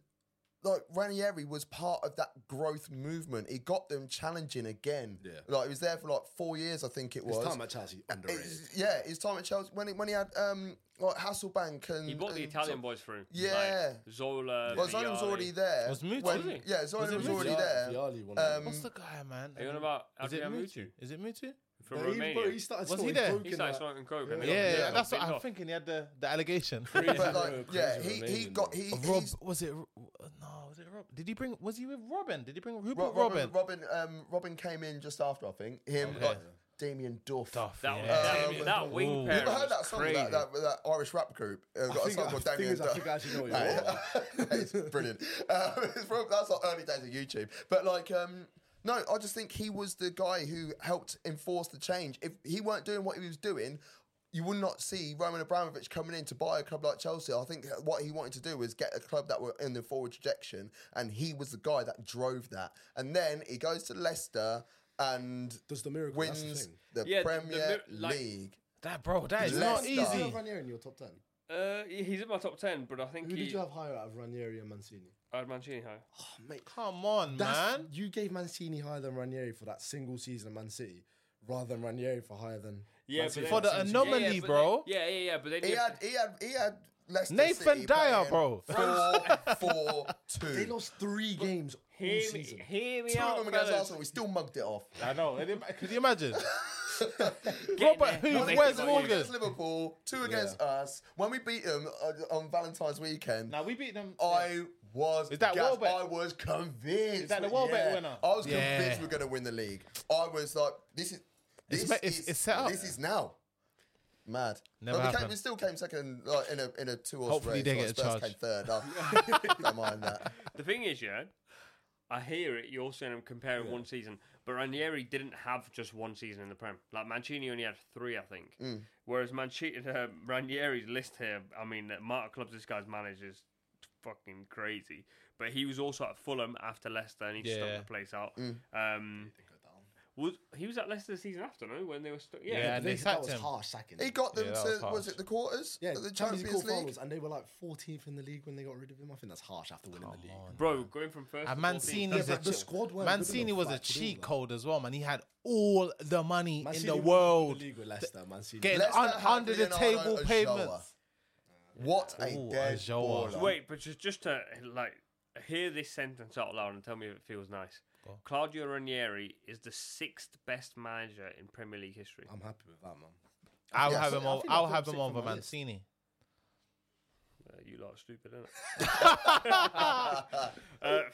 C: like Ranieri was part of that growth movement. He got them challenging again. Yeah. Like he was there for like four years, I think it was.
D: His time at Chelsea underrated.
C: It's- yeah, his time at Chelsea when he, when he had um like Hasselbank and
A: He brought the
C: and
A: Italian
C: Mm, so-
A: boys through.
C: Yeah.
A: like Zola.
C: Well, Zola was
A: Vialli.
C: already there.
E: Was Mutu?
C: when-
E: Was he?
C: yeah, Zola was,
E: it Mutu?
C: already
D: Vialli-
C: there.
D: Vialli won it.
E: what's the guy, man?
A: Are you on about
E: Is it
A: Adrian
E: Mutu?
A: Mutu
E: Is it Mutu?
A: from
D: Yeah,
A: Romania?
D: he, bro, he started
E: Was he
D: smoking
E: there?
D: coke
A: He
D: in
A: started
D: that-
A: smoking coke. and they got-
E: Yeah, yeah,
A: they got
E: that's what
A: bitten
E: I'm
A: off.
E: thinking. He had the, the allegation.
C: But like,
D: Yeah,
C: yeah, he,
D: crazy
C: he
D: Romanian,
C: got he
E: Rob
C: he's-
E: was it? Ro- No, was it Rob? Did he bring? Was he with Robin? Did he bring? Who
C: Ro-
E: brought
C: Robin
E: Robin?
C: Robin um Robin came in just after I think him like Damien Duff.
E: Duff,
A: That,
E: yeah.
A: that-
C: Um,
A: that, wing
C: You
A: pair.
C: ever heard that
A: was
C: song
A: crazy.
C: that, that that Irish rap group? Uh, got
D: I
C: a
D: think-
C: song
D: I
C: called
D: think
C: Damien
D: it's- I
C: Duff.
D: think I actually know what you're on
C: it's brilliant. Um, it's from, that's like early days of YouTube. But like, um, no, I just think he was the guy who helped enforce the change. If he weren't doing what he was doing, you would not see Roman Abramovich coming in to buy a club like Chelsea. I think what he wanted to do was get a club that were in the forward trajectory, and he was the guy that drove that. And then he goes to Leicester and
D: Does the miracle? That's the
C: wins
D: thing.
C: the,
A: Yeah, the- the
C: Premier
A: mi- like-
C: League.
E: That bro, that is
C: Leicester.
E: not
D: Do you
E: easy.
D: have Ranieri in your top ten?
A: Uh, he's in my top ten, but I think
D: Who
A: he,
D: did you have higher out of Ranieri and Mancini?
A: I had Mancini high.
D: Oh, mate,
E: Come on,
D: that's-
E: man.
D: you gave Mancini higher than Ranieri for that single season of Man City, rather than Ranieri for higher than.
A: Yeah,
D: Mancini
A: but they-
E: For the
D: single season.
E: anomaly,
A: yeah, but
E: bro.
A: They, yeah, yeah, yeah, but they
C: He
A: did.
C: had, he had, he had Leicester
E: Nathan
C: City
E: Dyer,
C: playing
E: bro.
C: Four, four, two.
D: They lost three games all
A: Hear me,
D: season.
A: hear me
C: Two
A: out,
C: of them against
A: fellas.
C: Arsenal. We still mugged it off.
E: I know. and im- Could you imagine?
A: Getting
E: Robert,
A: there.
E: who?
A: Nothing
E: Where's
A: about
C: One
A: you.
C: against
E: Morgan?
C: Liverpool, two against us. When we beat them uh, on Valentine's weekend,
E: Now we beat them.
C: I was
E: Is that
C: gassed.
E: Welbeck?
C: I was convinced.
E: Is that the
C: we-
E: Welbeck
C: yeah.
E: winner?
C: I was
E: Yeah.
C: convinced we were going to win the league. I was like, this is. This
E: ma- it's-
C: is,
E: it's set up.
C: This is now. Mad.
E: Never
C: but we, came,
E: happened.
C: we still came second like, in a in a two horse
E: Hopefully
C: race.
E: they
C: like,
E: get a
C: Spurs
E: charge.
C: came third. Oh, don't mind that.
A: The thing is, yeah, I hear it. You're saying I'm comparing one season, but Ranieri didn't have just one season in the Prem. Like Mancini only had three, I think.
E: Mm.
A: Whereas Mancini, uh, Ranieri's list here, I mean, the amount of clubs this guy's managed is fucking crazy. But he was also at Fulham after Leicester, and he
E: Yeah. Mm.
A: stuck the place out. Um, was he was at Leicester the season after? No, when they were stuck. Yeah,
E: Yeah,
A: yeah,
E: and they
D: that
E: sacked
D: was
E: him.
D: harsh sacking.
C: He got them
E: Yeah, that
C: to
E: was
C: was,
E: harsh.
C: it the quarters?
D: yeah,
C: the
D: Champions League
C: League.
D: finals, and they were like 14th in the league when they got rid of him. I think that's harsh after winning the league.
A: bro, going from first.
E: And
A: to 14th.
E: Mancini,
D: Yeah,
E: is a
D: but the
E: che-
D: squad weren't good
E: Mancini
D: enough
E: was
D: for
E: a
D: that to do
E: cheat
D: that.
E: code as well, man. He had all the money
D: Mancini
E: in
D: won
E: the world.
D: league with Leicester, Mancini.
E: Getting
C: Leicester
E: un-
C: had
E: under the
C: Leonardo
E: table
C: Ochoa.
E: payments.
C: What a
E: Ooh,
C: dead
E: Ochoa.
C: baller.
A: Wait, but just just to like hear this sentence out loud and tell me if it feels nice. Claudio Ranieri is the sixth best manager in Premier League history.
D: I'm happy with that, man.
E: I'll
C: Yeah,
E: have
C: so
E: him.
D: I
E: Over,
D: think
E: I'll
D: I've
E: have
D: got
E: him
D: six on
E: over
D: my list.
E: Mancini.
A: Uh, you lot are stupid, isn't it? uh,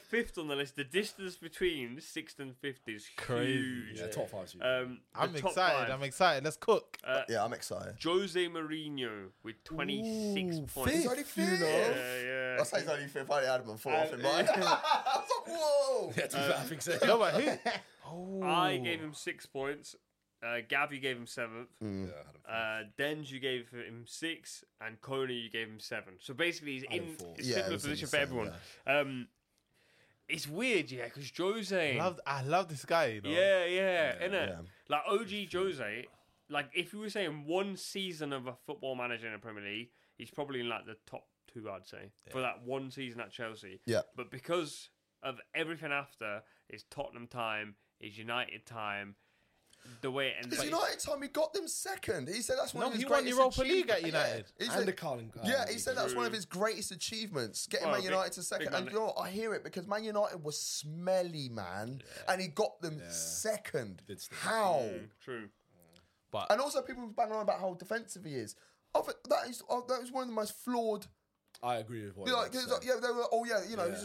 A: fifth on the list, the distance between sixth and fifth is huge.
D: Yeah, top five. seed.
A: Um, the
E: I'm
A: top
E: excited.
A: five,
E: I'm excited. Let's cook.
C: Yeah, I'm excited.
A: Jose Mourinho with 26
D: Ooh,
A: points.
D: fifth,
C: He's only
D: you
C: fifth.
D: know.
A: Yeah, yeah.
C: I say he's only fifth. I only had him in fourth in mine. I was like, whoa.
D: Yeah, to be fair, I think so.
E: no, but who?
A: I gave him six points. Uh, Gavi gave him seventh. Uh, Denge, you gave him six, and Kona, you gave him seven. So basically, he's in
D: four.
A: a
C: Yeah, it
A: similar
C: was in the
A: position for
C: same,
A: everyone. Um, it's weird, yeah, because Jose,
E: Loved- I love this guy. You know?
A: yeah, yeah, innit? Like OG Jose, like if you were saying one season of a football manager in the Premier League, he's probably in like the top two, I'd say, for that one season at Chelsea.
C: Yeah.
A: But because of everything after, it's Tottenham time, it's United time, the way it ends.
C: It's
A: but it's-
C: United time he got them second. He said that's one
E: No,
C: of his
E: he won
C: greatest
E: Europa League at
C: achievements.
E: United.
C: Yeah, he
D: And
C: said-
D: the Carling- uh,
C: Yeah, he said that's one of
A: True.
C: his greatest achievements, getting
A: Well,
C: Man
A: big-
C: United to second.
A: big
C: And
A: man-
C: you know what? I hear it because Man United was smelly, man, and he got them second. How?
A: True.
E: But
C: And also, people bang on about how defensive he is. I think that is uh, that is one of the most flawed.
D: I agree with what.
C: Like,
D: you
C: like,
D: said.
C: yeah, they were. Oh yeah, you know, he's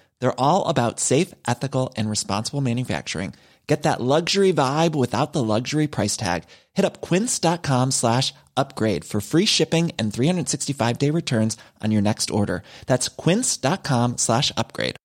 F: They're all about safe, ethical, and responsible manufacturing. Get that luxury vibe without the luxury price tag. Hit up quince.com slash upgrade for free shipping and 365-day returns on your next order. That's quince.com slash upgrade.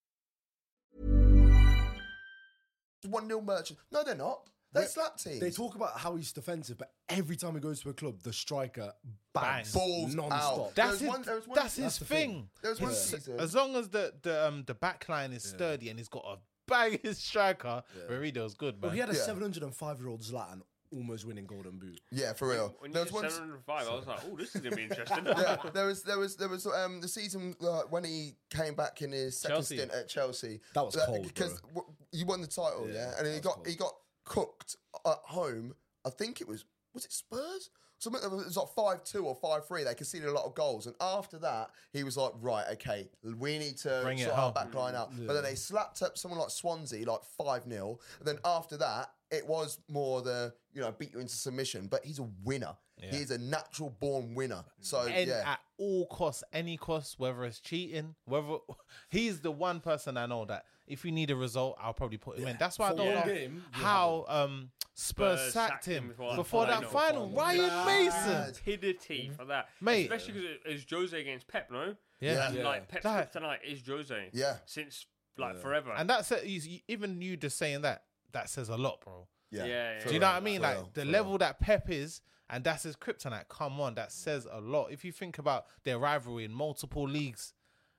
C: one nil merchant. No, they're not. They slapped teams.
D: They talk about how he's defensive, but every time he goes to a club, the striker bangs,
C: Balls
D: non-stop.
C: out. There
E: that's
C: was
E: his,
C: one- there was one-
E: that's his
D: that's the thing.
E: thing.
C: There was one
E: His-
C: season-
E: As long as the the um the back line is sturdy and he's got a bang his striker, Verido's good,
D: But
E: man.
D: he had a
C: Yeah.
D: 705 year old Zlatan almost winning Golden Boot.
C: yeah, for real.
A: When you
C: There was
A: said
C: one.
A: 705, I was like, oh, this is going to be interesting.
C: yeah, there was there was there was um, the season uh, when he came back in his second
E: Chelsea.
C: stint at Chelsea.
D: That was cold,
C: because
D: bro.
C: w- he won the title, yeah, and he got he got cooked at home. I think it was was it Spurs. Something that was it was like five two or five three. They conceded a lot of goals, and after that, he was like, "Right, okay, we need to
E: Bring it
C: sort our
E: home.
C: back line out." But then they slapped up someone like Swansea, like five 0 And then after that, it was more the you know beat you into submission. But he's a winner. He is a natural born winner. So
E: and
C: Oh, yeah,
E: at all costs, any cost, whether it's cheating, whether he's the one person I know that if you need a result, I'll probably put him in. That's why I
D: For
E: don't know
D: one game, you
E: how um, Spurs,
A: Spurs
E: sacked
A: sacked
E: him
A: him before that
E: before that
A: final.
E: final. Ryan Mason.
C: Mad.
A: Rapidity for that.
E: Mate.
A: Especially because it was Jose against Pep, no?
E: Yeah.
A: And, Like, Pep's club
E: That-
A: tonight is Jose.
C: Yeah.
A: Since, like, forever.
E: And that's it. You- you- even you just saying that, that says a lot, bro.
A: yeah, yeah,
E: Do you know what I
C: For
E: mean?
C: real,
E: Like
C: for
E: the
C: real.
E: level that Pep is, and that's his kryptonite. Come on, that says a lot. If you think about their rivalry in multiple leagues,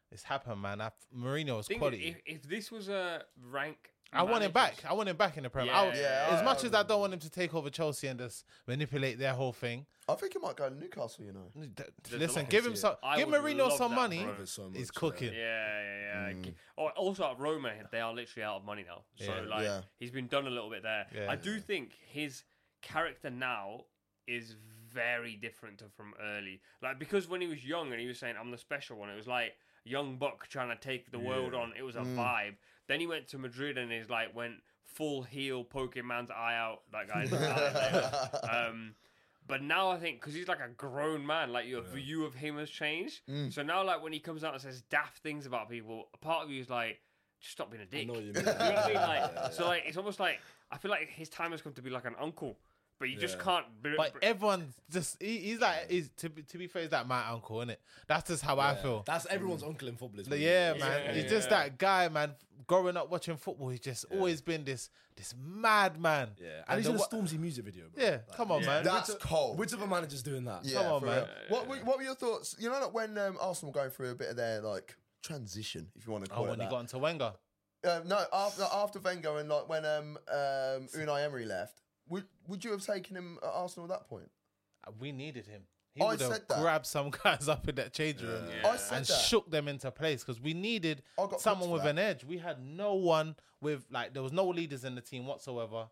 E: it's happened, man. I, Mourinho is
A: Think
E: quality.
A: If, if this was a rank
E: I want him
A: Managers.
E: back. I want him back in the Premier.
A: Yeah.
E: I-
C: Yeah,
E: as
C: I-
E: much
C: I
E: as I don't want him to take over Chelsea and just manipulate their whole thing,
C: I think he might go to Newcastle. You know.
E: d-
A: There's a
E: listen,
A: lot
E: give
A: to
E: him
A: it.
E: some,
A: I
E: give
A: would
E: Mourinho
A: love
E: some
A: that,
E: money.
A: bro.
D: So much,
E: He's
D: yeah.
E: cooking.
A: Yeah, yeah, yeah. Oh, also at Roma, they are literally out of money now. So
E: Yeah.
A: like,
C: Yeah.
A: he's been done a little bit there.
E: Yeah.
A: I do think his character now is very different to from early. Like because when he was young and he was saying, "I'm the special one," it was like young buck trying to take the world on. It was a vibe. Then he went to Madrid and he's like went full heel, poking man's eye out. That guy. um, but now I think because he's like a grown man, like your view of him has changed.
E: Mm.
A: So now, like when he comes out and says daft things about people, a part of you is like, just stop being a dick.
D: know what you mean.
A: know what I mean? Like, so like it's almost like I feel like his time has come to be like an uncle, but you just can't. Br-
E: But
A: br-
E: everyone's just he, he's like he's to be, to be fair, he's like my uncle, is it? That's just how I feel.
D: That's everyone's uncle in football. Is
E: But
D: me.
E: yeah, man, he's just
A: yeah.
E: that guy, man. Growing up watching football, he's just always been this this mad man.
D: Yeah, and, he's
E: the
D: in a
E: wa-
D: Stormzy music video. Bro.
E: Yeah, come on, man.
C: That's cold.
D: Which other manager's doing
C: Oh.
D: that?
C: Yeah,
E: Come on,
C: for
E: man.
C: real. What, were, what were your thoughts? You know, like when um, Arsenal were going through a bit of their like transition, if you want to
E: Oh,
C: call it
E: when he
C: that.
E: got into Wenger,
C: um, no, after after Wenger and like when um, um, Unai Emery left, would would you have taken him at Arsenal at that point?
E: we needed him. He
C: I
E: would have
C: said that.
E: grabbed some guys up in that change room
C: I said
E: and
C: that.
E: shook them into place because we needed
C: I got
E: someone
C: cooked
E: with
C: for
E: an edge. We had no one with like there was no leaders in the team whatsoever,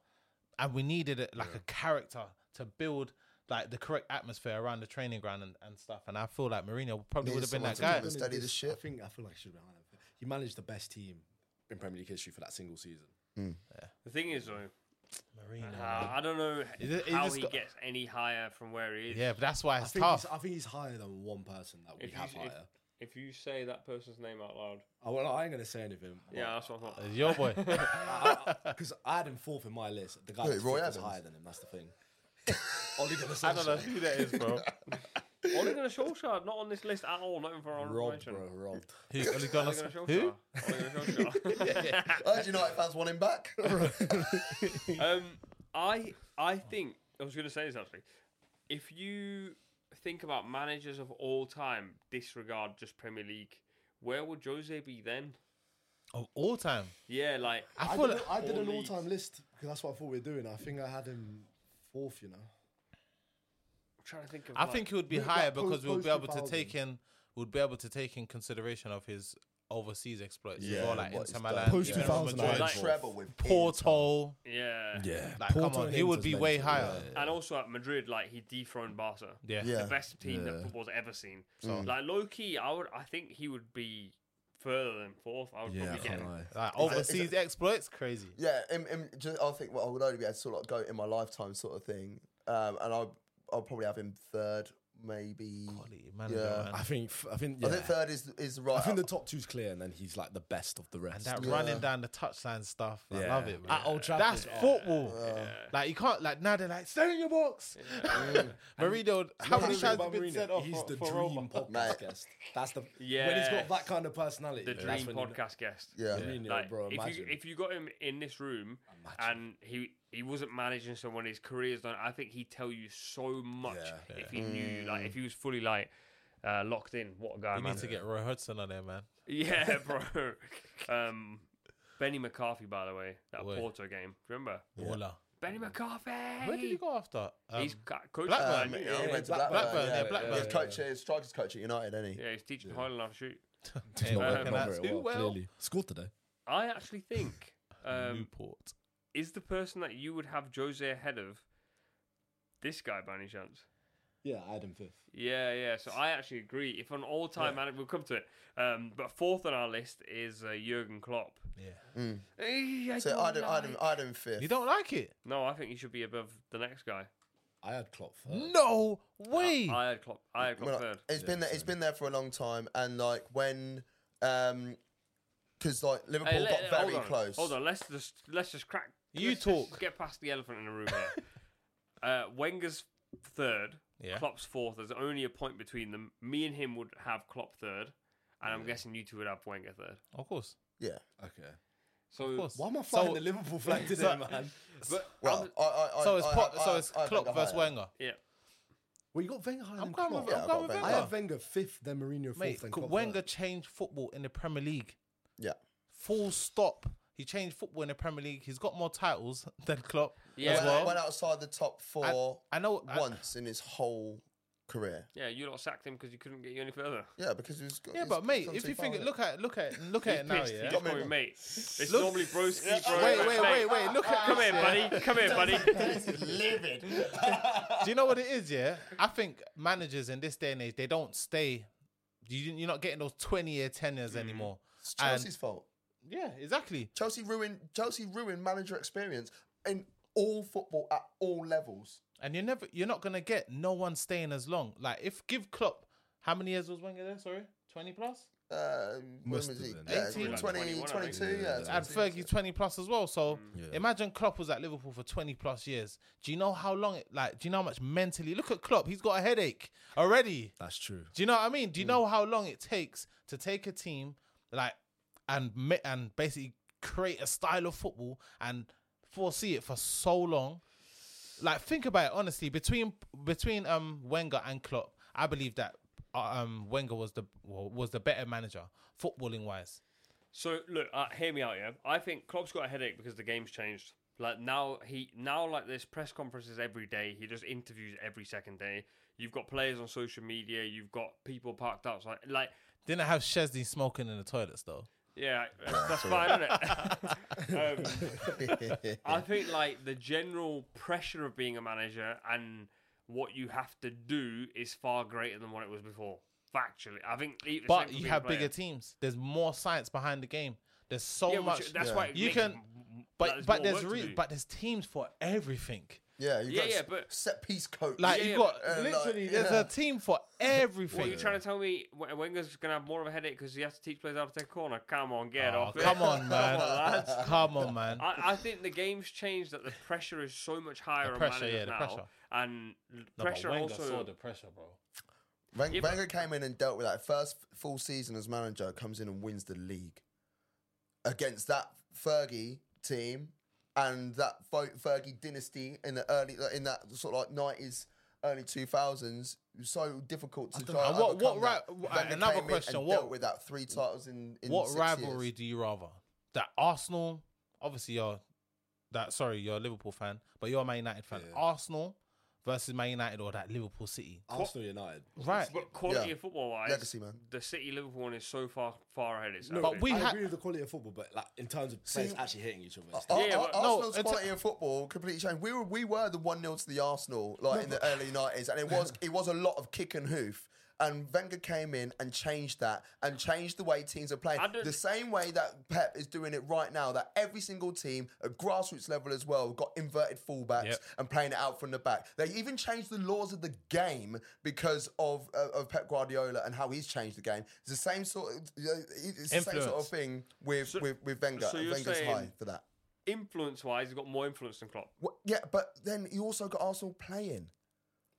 E: and we needed it, like a character to build like the correct atmosphere around the training ground and, and stuff. And I feel like Mourinho probably would
C: Needed
E: have been that
C: someone to
E: guy.
C: keep us- Steady the shit.
D: I think I feel like he should be. He managed the best team in Premier League history for that single season.
A: the thing is though,
E: Mourinho.
A: uh, I don't know
E: Is it- is
A: how
E: this
A: he
E: got-
A: gets any higher from where he is.
E: Yeah, but that's why
D: I
E: it's
D: think,
E: tough.
D: he's, I think he's higher than one person that we
A: If you,
D: have
A: if,
D: higher.
A: if you say that person's name out loud,
D: I, Oh, well, I ain't gonna say anything.
A: yeah, that's what I thought.
E: It's Your boy.
D: because I had him fourth in my list. The guy
C: Wait,
D: that's
C: Roy
D: fifth is
C: Evans?
D: higher than him. That's the thing. Only gonna
E: I don't know who that is, bro.
A: Ole Gunnar Solskjaer, not on this list at all. Not even for our
D: Robbed,
A: mention.
D: bro, robbed.
E: Who? Ole
A: Ole Gunnar
E: Gunnar Sol-
A: Solskjaer.
E: Who?
A: Ole Gunnar Solskjaer.
C: I heard United fans want him back.
A: um, I I think I was going to say this actually. If you think about managers of all time, disregard just Premier League, where would Jose be then?
E: Of Oh, all time.
A: Yeah, like
E: I,
D: I
E: feel
D: did,
E: like,
D: a- I did
A: all
D: an
A: leagues.
D: all-time list because that's what I thought we were doing. I think I had him fourth. You know,
A: I'm trying to think of.
E: I
A: like-
E: think he would be
D: Like
E: higher
D: post-
E: because we'll be able to
D: 2000.
E: take in we'll be able to take in consideration of his overseas exploits as
C: Yeah,
E: well, like
C: what
E: Inter
C: he's
E: Milan,
C: done.
D: Post
E: Real
D: 2000,
E: Madrid,
A: Like-
C: Treble with
E: Porto.
A: yeah.
E: Like, come
D: Porto
E: on,
D: and
E: he would
D: Inter's
E: be way
D: mentioned,
E: higher.
A: And also at Madrid, like he dethroned Barca,
E: Yeah.
C: Yeah. Mm.
A: the best team that football's ever seen. So, like low key, I would I think he would be further than fourth. I would probably get him.
E: Like overseas exploits, crazy.
C: Yeah, um, um, ju- I think well, I would only be able to sort of like, go in my lifetime sort of thing, um, and I'll I'll probably have him third, maybe.
E: Quality manager,
C: Yeah.
E: man.
D: I think. f- I think. Yeah.
C: I think third is is right.
D: I think the
C: up.
D: top two's clear, and then he's like the best of the
E: And
D: rest.
E: that
C: Yeah.
E: running down the touchline stuff, I
D: Yeah.
E: love it. Man.
D: At Old Trafford,
E: That's
D: yeah.
E: football. Like you can't like now they're like stay in your box. Mourinho, how many
D: That's the thing
E: times
D: about
E: have been
D: Mourinho,
E: set off
D: He's
E: for,
D: the
E: for
D: dream
E: Roma?
D: podcast guest. That's the when he's
A: Yes.
D: got that kind of personality.
A: The
D: that's
A: dream
D: when you-
A: podcast guest.
C: yeah,
D: Mourinho,
A: Like,
D: uh, bro,
A: if you
D: imagine.
A: if you got him in this room and he he wasn't managing someone, his career's done. I think he'd tell you so much
D: Yeah.
A: if he knew you. Like if he was fully like uh, locked in. What a guy,
E: You
A: man!
E: need to get Roy Hudson on there, man.
A: yeah, bro. um, Benny McCarthy, by the way, that
E: Wait.
A: Porto game. Do you Remember
E: Waller.
A: Benny McCarthy?
E: Where did he go after? Um,
A: He's ca- coach.
E: Blackburn.
A: you
C: he
A: know.
C: went to
D: Blackburn,
E: Blackburn, yeah,
C: but
E: Blackburn.
C: He's coach, he's strikers coach at United, isn't he?
A: Yeah, he's teaching Highland how to shoot.
D: He's not
A: Um,
D: working
E: that's
D: on very
E: too
D: well,
E: well.
D: Clearly, scored today.
A: I actually think um,
E: Newport.
A: is the person that you would have Jose ahead of this guy by any chance.
D: Yeah, I had him fifth.
A: Yeah, yeah. So I actually agree. If an all-time manager, we'll come to it. Um, but fourth on our list is uh, Jurgen Klopp.
E: Yeah.
A: Eh, I
C: So
A: don't
C: I don't, I don't,
A: like-
C: I don't fifth.
E: You don't like it?
A: No, I think he should be above the next guy.
D: I had Klopp first.
E: No way.
A: I had Klopp. I had Klopp
C: Well,
A: third.
C: It's been there, it's been there for a long time, and like when, um, because like Liverpool
A: Hey, let-
C: got very
A: hold on,
C: close.
A: Hold on. Let's just let's just crack.
E: You
A: let's just
E: talk.
A: get past the elephant in the room here. uh, Wenger's third.
E: Yeah.
A: Klopp's fourth. There's only a point between them. Me and him would have Klopp third, and I'm guessing you two would have Wenger third.
E: Of course.
C: Yeah.
D: Okay.
A: So
E: course.
D: Why am I flying
E: So-
D: the Liverpool flag today,
E: so-
D: man?
A: but
C: Well, I, I, I,
E: So it's
C: I,
E: Pop,
C: I,
E: so
C: I-
E: it's
C: I think
E: Klopp
C: I'm
E: versus
C: higher.
E: Wenger.
A: yeah.
D: Well, you got Wenger higher
E: I'm
D: than
E: going
D: Klopp.
E: with, I'm
C: Yeah,
E: going
C: I've
E: with
C: got
D: I
E: Wenger.
D: had Wenger fifth, then Mourinho fourth,
E: Mate,
D: then
E: could
D: Klopp
E: Wenger
D: third.
E: changed football in the Premier League.
C: Yeah.
E: Full stop. He changed football in the Premier League. He's got more titles than Klopp
A: Yeah.
E: as
A: Well,
C: Went,
E: well.
C: went outside the top four
E: I know. I-
C: once in his whole career.
A: Yeah, you lot sacked him because you couldn't get you any further.
C: Yeah, because he was.
E: yeah, but mate, if you think, it, look at, look at, look at it now.
A: Pissed, he
E: Yeah.
A: just called me mate. It's
E: Look-
A: normally broski, bro.
E: Wait, wait,
A: Mate,
E: wait, wait. Look at
A: Come
E: this,
A: here,
E: yeah.
A: buddy. Come here, buddy.
C: livid.
E: Do you know what it is? Yeah, I think managers in this day and age they don't stay. You, you're not getting those twenty year tenures anymore.
C: It's
E: And-
C: Chelsea's fault.
E: yeah, exactly.
C: Chelsea ruined Chelsea ruined manager experience in all football at all levels.
E: And you're never, you're not gonna get no one staying as long. Like if give Klopp, how many years was Wenger there? Sorry, twenty plus.
C: Uh,
D: Must
C: when was
D: have
C: he?
D: been.
C: Yeah,
E: 18,
C: 20,
A: 21, I
C: 22,
A: think.
C: yeah.
E: And
C: 22.
E: Fergie twenty plus as well. So
D: Yeah.
E: imagine Klopp was at Liverpool for twenty plus years. Do you know how long it like? Do you know how much mentally? Look at Klopp. He's got a headache already.
D: That's true.
E: Do you know what I mean?
A: Mm.
E: Do you know how long it takes to take a team like and ma- and basically create a style of football and foresee it for so long? Like think about it honestly. Between between um Wenger and Klopp, I believe that uh, um Wenger was the well, was the better manager footballing wise.
A: So look, uh, hear me out, yeah. I think Klopp's got a headache because the game's changed. Like now he now like this press conferences every day. He does interviews every second day. You've got players on social media. You've got people parked outside. Like
E: Didn't have Chesney smoking in the toilets though.
A: yeah, that's fine, isn't it? um, I think like the general pressure of being a manager and what you have to do is far greater than what it was before. Factually, I think. the same for
E: But
A: being
E: you
A: a
E: have
A: player.
E: bigger teams. There's more science behind the game. There's so
A: Yeah, which-
E: much.
A: that's why it
E: you
A: makes
E: can.
A: m- like,
E: But but
A: more work
E: there's
A: to
E: re-
A: do.
E: but there's teams for everything.
C: Yeah, you
A: Yeah,
C: got
A: yeah,
C: yeah,
A: but-
C: set piece coach.
E: Like
A: Yeah,
E: you
A: yeah,
E: got
C: but, uh, like,
E: literally, there's
C: yeah.
E: a team for everything.
A: What are you trying to tell me? W- Wenger's going to have more of a headache because he has to teach players how to take a corner. Come on, get
E: Oh,
A: off. it.
E: come on, man.
A: Come on, lads.
E: Come on, man.
A: I, I think the game's changed that the pressure is so much higher on
E: pressure,
A: managers
E: yeah, the
A: now,
E: pressure.
A: and pressure also.
E: pressure, bro.
C: Weng-
A: Yeah, but-
C: Wenger came in and dealt with that first full season as manager. Comes in and wins the league against that Fergie team and that Fo- Fergie dynasty in the early in that sort of like nineties, early two thousands. So difficult to try.
E: And
C: And
E: what- what
C: that.
E: ri-
C: Wenger
E: right, another
C: came in
E: question,
C: And
E: what-
C: dealt with that three titles in, in
E: What
C: six
E: rivalry
C: years.
E: do you rather? That Arsenal, obviously you're that sorry, you're a Liverpool fan, but you're a Man United fan. Arsenal versus Man United or that Liverpool City.
D: Arsenal United.
E: Right.
A: But quality
C: Yeah.
A: of football wise,
C: Legacy, man.
A: the City Liverpool one is so far far ahead. It's
D: No,
E: But we
D: I
E: ha-
D: agree with the quality of football, but like in terms of players actually hitting each other, it's
C: Ar-
A: Yeah,
C: Ar-
A: but-
E: No,
C: Arsenal's
E: it's-
C: quality of football completely changed. We were we were the one 0 to the Arsenal like in the early nineties, and it was it was a lot of kick and hoof. And Wenger came in and changed that, and changed the way teams are playing.
A: I don't-
C: The same way that Pep is doing it right now, that every single team at grassroots level as well got inverted fullbacks
E: Yep.
C: and playing it out from the back. They even changed the laws of the game because of uh, of Pep Guardiola and how he's changed the game. It's the same sort of it's the same sort of
E: Influence.
C: thing with with, with Wenger.
A: so
C: and
A: you're
C: Wenger's
A: saying-
C: high for that.
A: influence wise, he's got more influence than Klopp.
C: Well, yeah, but then you also got Arsenal playing.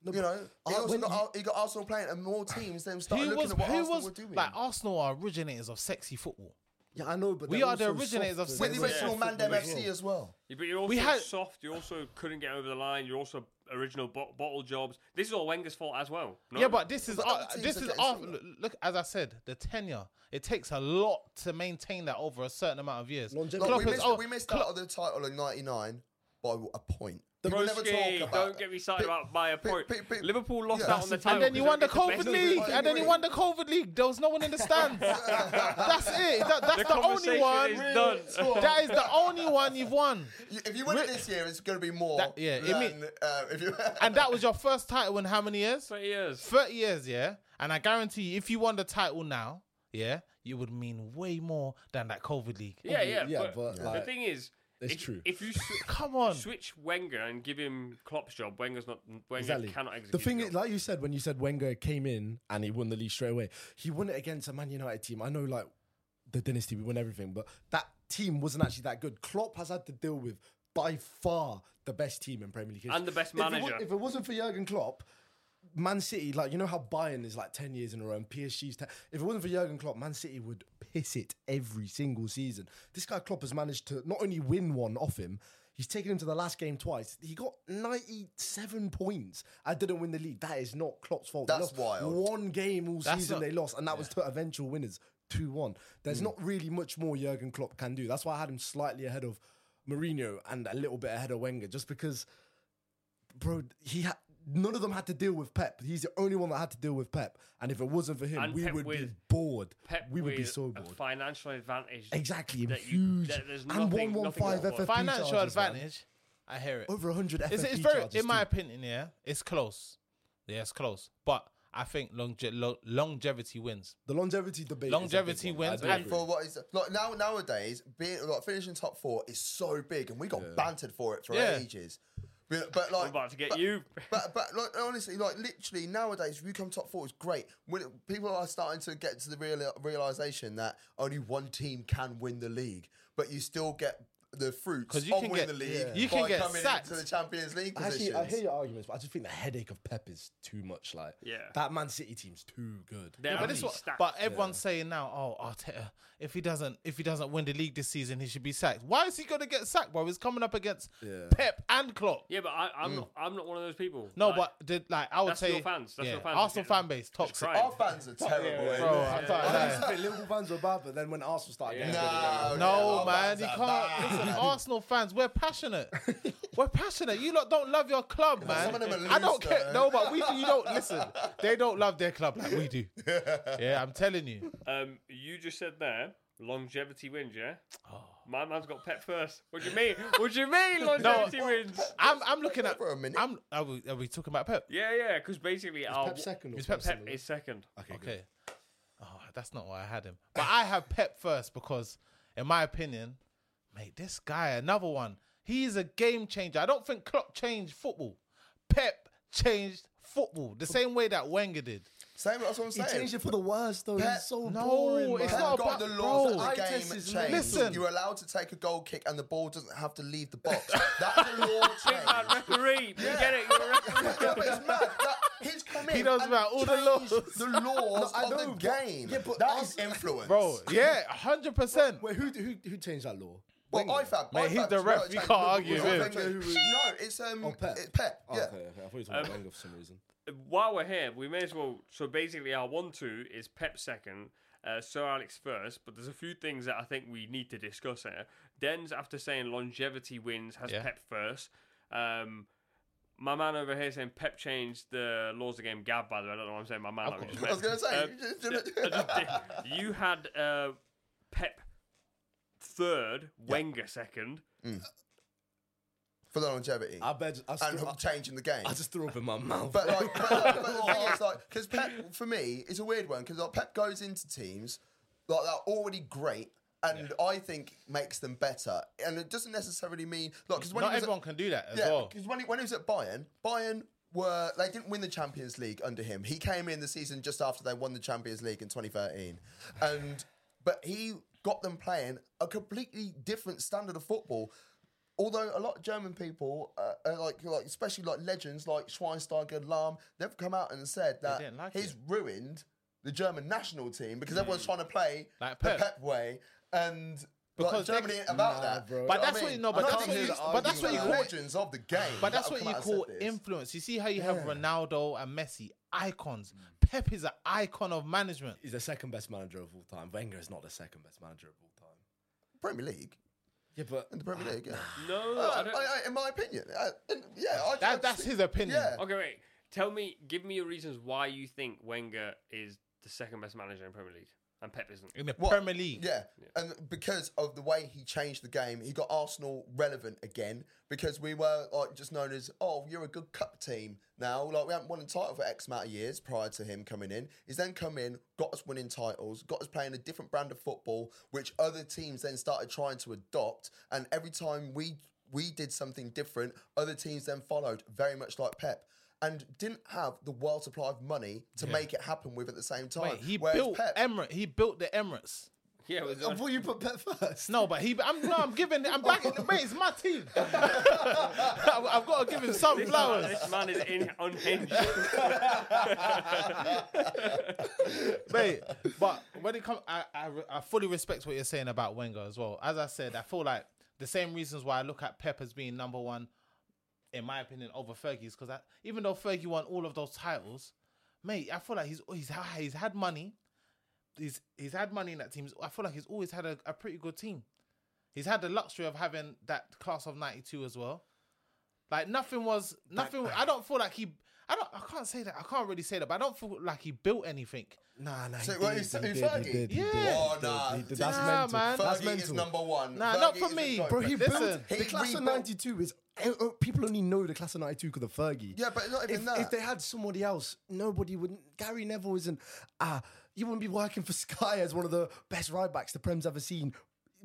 C: you know, he
D: Ar-
C: also
D: when
C: got,
D: you-
C: Ar- he got Arsenal playing, and more teams then started
E: Who
C: looking
E: was
C: at what
E: who
C: Arsenal
E: was
C: were doing.
E: like Arsenal are originators of sexy football.
D: yeah, I know, but
E: We
D: they're
E: are the
D: also
E: originators of
D: soft
C: with
D: and
C: the
A: Yeah.
C: original
D: soft
C: Mandem
D: as
C: FC
D: well.
C: as well.
A: Yeah, But you're also
E: We had-
A: soft. You also couldn't get over the line. You're also original bo- bottle jobs. This is all Wenger's fault as well. no?
E: Yeah, but this is
C: But
E: uh,
C: other teams
E: this
C: are
E: is
C: getting
E: after,
C: similar.
E: look, look, as I said, the tenure. It takes a lot to maintain that over a certain amount of years.
D: Longevity.
C: Look,
E: Klopp
C: we
E: is-
C: missed,
E: oh,
C: we missed
E: Klopp-
C: out on the title in '99 by a point. The
A: Broski, don't get me started about by a point. Liverpool lost out on the title.
E: And then you won the
A: Because I think
E: COVID
A: it's the
E: league.
A: best-
E: And then you won the COVID league. There was no one in the stands. that's it. That- that's the,
A: The
E: only
A: conversation
E: one.
A: is done.
E: That is the only one you've won.
C: If you win it this year, it's going to be more.
E: That- yeah,
C: yeah,
E: it
C: than,
E: mean-
C: uh, if you
E: And that was your first title in how many years?
A: 20 years.
E: 30 years, yeah? And I guarantee you, if you won the title now, yeah, you would mean way more than that COVID league.
A: Yeah, yeah.
D: yeah,
A: but
D: but,
A: the
D: like,
A: thing is,
D: it's
A: if,
D: true.
A: If you sw-
E: Come on.
A: switch Wenger and give him Klopp's job, Wenger's not. Wenger
D: Exactly.
A: cannot execute.
D: The thing
A: job.
D: is, like you said, when you said Wenger came in and he won the league straight away, he won it against a Man United team. I know, like the dynasty, we won everything, but that team wasn't actually that good. Klopp has had to deal with by far the best team in Premier League history.
A: And the best
D: If it wa-
A: manager.
D: if it wasn't for Jurgen Klopp, Man City, like you know how Bayern is like ten years in a row and PSG's ten. If it wasn't for Jurgen Klopp, Man City would piss it every single season. This guy Klopp has managed to not only win one off him, He's taken him to the last game twice. He got 97 points. I didn't win the league. That is not Klopp's fault. They
C: That's
D: lost
C: wild.
D: One game all
E: That's
D: season
E: not-
D: they lost, and that was to eventual winners, 2 1.
C: Hmm.
D: There's not really much more Jurgen Klopp can do. That's why I had him slightly ahead of Mourinho and a little bit ahead of Wenger, just because bro, he had none of them had to deal with Pep. He's the only one that had to deal with Pep. And if it wasn't for him,
A: And
D: we
A: Pep
D: would be
A: with-
D: bored.
A: Pep
D: we would be
A: with
D: so
A: a
D: bored.
A: financial advantage.
D: Exactly,
A: that you-
D: huge.
A: that there's
D: and
A: nothing-
D: one one five
A: nothing to
D: FFP
A: watch.
E: Financial
D: charges, man.
E: advantage. I hear it.
D: Over hundred FFP
E: It's, it's very,
D: charges.
E: in my
D: too.
E: opinion, yeah, it's close. Yeah, it's close. But I think longe- lo- longevity wins.
D: the longevity debate. is a big
E: Longevity
D: one. I
E: wins
D: do
E: and-
D: agree.
C: For what is like now nowadays being like finishing top four is so big, and we got bantered for it for
E: Yeah.
C: ages. But, but like,
A: I'm about to get
C: but-
A: you.
C: But but like honestly, like literally nowadays, if you come top four is great. When it- people are starting to get to the real, realization that only one team can win the league, but you still get the fruits
E: 'Cause you
C: of
E: can
C: winning
E: get-
C: the league.
E: yeah. you can
C: by
E: get
C: coming
E: sacked.
C: into the Champions League
D: Actually,
C: positions.
D: I hear your arguments, but I just think the headache of Pep is too much. Like,
A: Yeah.
D: that Man City team's too good.
A: They're
E: Yeah, but
A: only
E: this what,
A: stacked.
E: but everyone's saying now, oh, Arteta, if he doesn't, if he doesn't win the league this season, he should be sacked. Why is he going to get sacked, bro? He's coming up against Pep and Klopp.
A: yeah, but I,
D: Mm.
A: I'm not. I'm not one of those people.
E: No,
A: Like,
E: but did, like I would
A: That's
E: say,
A: your fans. That's
E: yeah,
A: your fans.
E: Arsenal
A: Yeah.
E: fan base
A: just
E: toxic. Oh,
A: crying.
C: our fans are terrible. ain't
E: Bro,
C: they?
E: I thought-
D: I used to think Liverpool fans were bad, but then when Arsenal started getting good,
C: Nah,
E: No,
C: our
E: man,
C: fans
E: you
C: are
E: can't.
C: bad.
E: Listen, Arsenal fans, we're passionate. we're passionate. You lot don't love your club, man.
C: some of them are
E: I don't
C: loose,
E: care. No, but we, you don't listen. They don't love their club like we do. Yeah, I'm telling you.
A: Um, you just said there longevity wins, yeah.
E: Oh.
A: My man's got Pep first. What do you mean? what do you mean longevity wins?
E: I'm, I'm looking at.
C: For a minute.
E: I'm. Are we, are we talking about Pep?
A: Yeah, yeah. Because basically, our
D: Pep second. or
E: Is Pep
D: something?
A: Pep is second.
E: Okay. Oh, that's not why I had him. But I have Pep first because, in my opinion, mate, this guy, another one, he's a game changer. I don't think Klopp changed football. Pep changed football the same way that Wenger did.
C: Same, that's what I'm
D: He
C: saying.
D: changed it for the worst, though.
C: Pep-
D: He's so
E: No,
D: boring.
E: it's
D: man.
E: not
C: Pep got
E: about-
C: the laws
E: bro,
C: of the
D: Itis
C: game
D: is
C: changed.
D: mad.
E: Listen.
C: You're allowed to take a goal kick and the ball doesn't have to leave the box. That's a law
A: Man,
C: change.
A: referee, you get it. You're a referee.
C: Yeah, but it's mad. That, he's come in
E: He knows
C: and
E: about all the
C: changed
E: laws.
C: The laws
D: I
C: of
D: know,
C: the
D: but-
C: game.
D: yeah, but
C: that
D: I-
C: is influence.
E: Bro, yeah, hundred percent.
D: Wait, who, who who changed that law?
C: Well,
D: Wenger?
C: IFAB.
E: Mate,
C: IFAB
E: he's the
C: is
E: ref,
C: not a
E: you
C: change.
E: can't argue
C: It's
E: with
C: not
E: him.
C: changed. No, it's um,
D: Oh, Pep.
C: it's Pep.
D: Oh,
C: Yeah.
D: okay, okay. I thought you were talking
A: Um,
D: about Wenger for some reason.
A: While we're here, we may as well. So basically, our one-two is Pep second, uh, Sir Alex first. But there's a few things that I think we need to discuss here. Dens, after saying longevity wins, has
E: Yeah.
A: Pep first. Um, my man over here saying Pep changed the laws of the game. Gav, by the way, I don't know what I'm saying. My man. like we just
C: I was
A: met.
C: gonna say.
A: Um, I just did- you had uh, Pep third, Wenger second.
C: for the longevity
D: I bet. I,
C: and
D: still, I,
C: changing the game.
D: I just threw up in my mouth.
C: But like, but, like, but the thing is, like, because Pep for me is a weird one because like Pep goes into teams like that are already great. And I think makes them better, and it doesn't necessarily mean like because when
E: Not
C: he was
E: everyone
C: at,
E: can do that as
C: yeah,
E: well.
C: because when he, when he was at Bayern, Bayern were they didn't win the Champions League under him. He came in the season just after they won the Champions League in 2013, and but he got them playing a completely different standard of football. Although a lot of German people, uh, are like like especially like legends like Schweinsteiger, Lahm, they've come out and said that
E: didn't like
C: he's
E: it. Hmm.
C: ruined the German national team because everyone's trying to play
E: Like
C: the
E: Pep.
C: Pep way and. Like
E: Because they-
C: Germany ain't about
D: Nah,
C: that,
D: bro.
C: Do
E: But
C: know
E: that's
C: I
E: what you-
C: mean?
E: no, but
C: I don't
E: that's
C: think
E: what you-
C: he's
E: but that's what you
C: arguing
E: call-
C: legends of the game.
E: But that's
C: that
E: what
C: come
E: you
C: out and
E: call
C: said this.
E: influence. You see how you have Ronaldo and Messi, icons.
C: Mm.
E: Pep is an icon of management.
D: He's the second best manager of all time. Wenger is not the second best manager of all time.
C: Premier League.
D: Yeah, but
C: In the
E: Ah,
C: Premier League, yeah.
A: No,
C: Uh,
A: Oh, I don't-
C: I- I- in my opinion, I, in, yeah, I, I
E: That, that's
C: think-
E: his opinion.
C: Yeah.
A: Okay, wait. Tell me, give me your reasons why you think Wenger is the second best manager in Premier League and Pep isn't.
E: In the
C: What-
E: Premier League.
C: Yeah, and because of the way he changed the game, he got Arsenal relevant again. Because we were like just known as, oh, you're a good cup team now. Like we haven't won a title for X amount of years prior to him coming in. He's then come in, got us winning titles, got us playing a different brand of football, which other teams then started trying to adopt. And every time we we did something different, other teams then followed, very much like Pep. And didn't have the world supply of money to make it happen with at the same time.
E: Wait, he
C: Whereas
E: built
C: Pep-
E: Emirates. He built the Emirates.
A: Yeah, but
D: I thought you put Pep first.
E: No, but he. I'm no. I'm giving. I'm backing the mate. It's my team. I've, I've got to give him some
A: this, man,
E: flowers,
A: this man is in, unhinged.
E: mate. But when it comes, I, I I fully respect what you're saying about Wenger as well. As I said, I feel like the same reasons why I look at Pep as being number one, in my opinion, over Fergie's because even though Fergie won all of those titles, mate, I feel like he's he's ha- he's had money, he's he's had money in that team. I feel like he's always had a, a pretty good team. He's had the luxury of having that class of '92 as well. Like nothing was nothing. I don't feel like he. I don't. I can't say that. I can't really say that. But I don't feel like he built anything.
D: Nah, nah.
C: So
D: he
C: what
D: did,
C: is-
D: he
C: who's
D: did, he
C: Fergie?
D: did, he
E: Yeah.
D: did,
C: Oh,
D: he did,
C: nah.
D: he did. That's
E: Nah,
D: mental.
E: man.
D: That's
C: Fergie is
D: mental.
C: number one.
E: Nah, not
C: Fergie
E: for
C: is-
E: me,
C: no,
D: Bro, he
E: Listen,
D: built
C: he
D: the class of
C: rebuilt-
D: '92 is eh, eh, people only know the class of '92 because of Fergie.
C: Yeah, but not even
D: if,
C: that.
D: If they had somebody else, nobody would. Gary Neville isn't. Ah, you wouldn't be working for Sky as one of the best right backs the Prem's ever seen.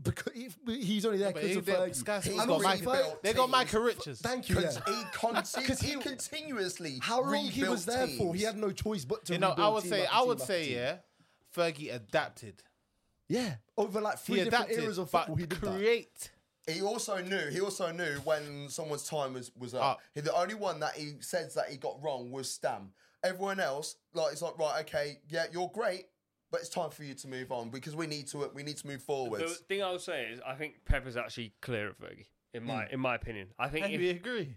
D: Because if- he's only there
E: But
D: because
E: he
D: of
E: did-
D: Fergie.
E: Sky Sports
C: He
E: got Mike-
C: rebuilt
E: They got
C: teams.
E: Micah Richards.
D: Thank you.
C: Because
D: Yeah.
C: he, con- he,
D: he-
C: continuously
D: How long he
C: rebuilt
D: was there for? He
C: teams.
D: had no choice but to.
E: You know, I
D: rebuild
E: would
D: team
E: say,
D: after
E: I
D: team
E: would
D: after
E: say,
D: team.
E: yeah, Fergie adapted.
D: yeah. Over like three
E: He
D: different
E: adapted,
D: eras of
E: but
D: football, he did that.
E: create.
C: He also knew. He also knew when someone's time was was up.
E: Up.
C: He, the only one that he says that he got wrong was Stam. Everyone else, like, it's like right, okay, yeah, you're great, but it's time for you to move on because we need to we need to move
A: The
C: forwards.
A: thing I was saying is, I think Pep is actually clear at Fergie. In my in my opinion, I think
E: And
A: if-
E: we agree.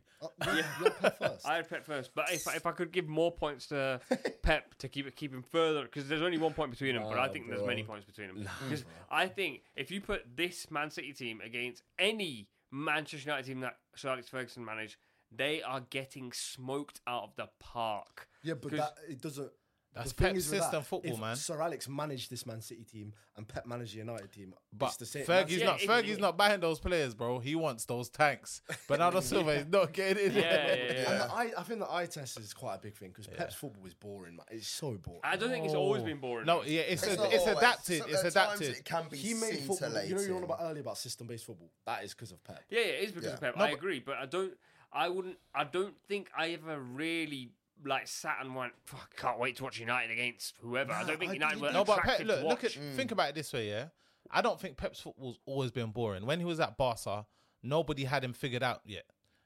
A: I had Pep first, but if, if I could give more points to Pep to keep it keep him further, because there's only one point between them, but I think there's many points between them. Because I think if you put this Man City team against any Manchester United team that Sir Alex Ferguson managed, they are getting smoked out of the park.
D: Yeah, but
A: 'Cause-
D: that it doesn't.
E: That's
D: the thing
E: Pep's
D: is with
E: system
D: that,
E: football,
D: if
E: man.
D: Sir Alex managed this Man City team and Pep managed the United team.
E: But
D: it's the same.
E: Fergie's
A: Yeah,
E: not
A: it-
E: Fergie's not buying those players, bro. He wants those tanks. Bernardo Silva is not getting in
A: yeah,
E: there.
A: yeah, yeah.
D: And the eye, I think the eye test is quite a big thing because Pep's football is boring. Man. It's so boring.
A: I don't think it's always been boring.
E: No, yeah, it's
C: It's
E: it's,
C: not
E: it's
C: always-
E: adapted.
C: so-
E: It's
C: at times
E: adapted.
C: It can be
D: he made football. You know, you were on
C: scintillating.
D: about earlier about system-based football. That is because of Pep.
A: Yeah, yeah, it is because of
C: Yeah.
A: Pep. I agree, but I don't. I wouldn't. I don't think I ever really like sat and went. "Fuck, can't wait to watch United against whoever. I don't think
D: I
A: United were
D: didn't.
E: No, but Pep,
A: attractive
E: look,
A: to
E: look at
A: watch.
E: think about it this way, yeah. I don't think Pep's football's always been boring. When he was at Barca, nobody had him figured out yet.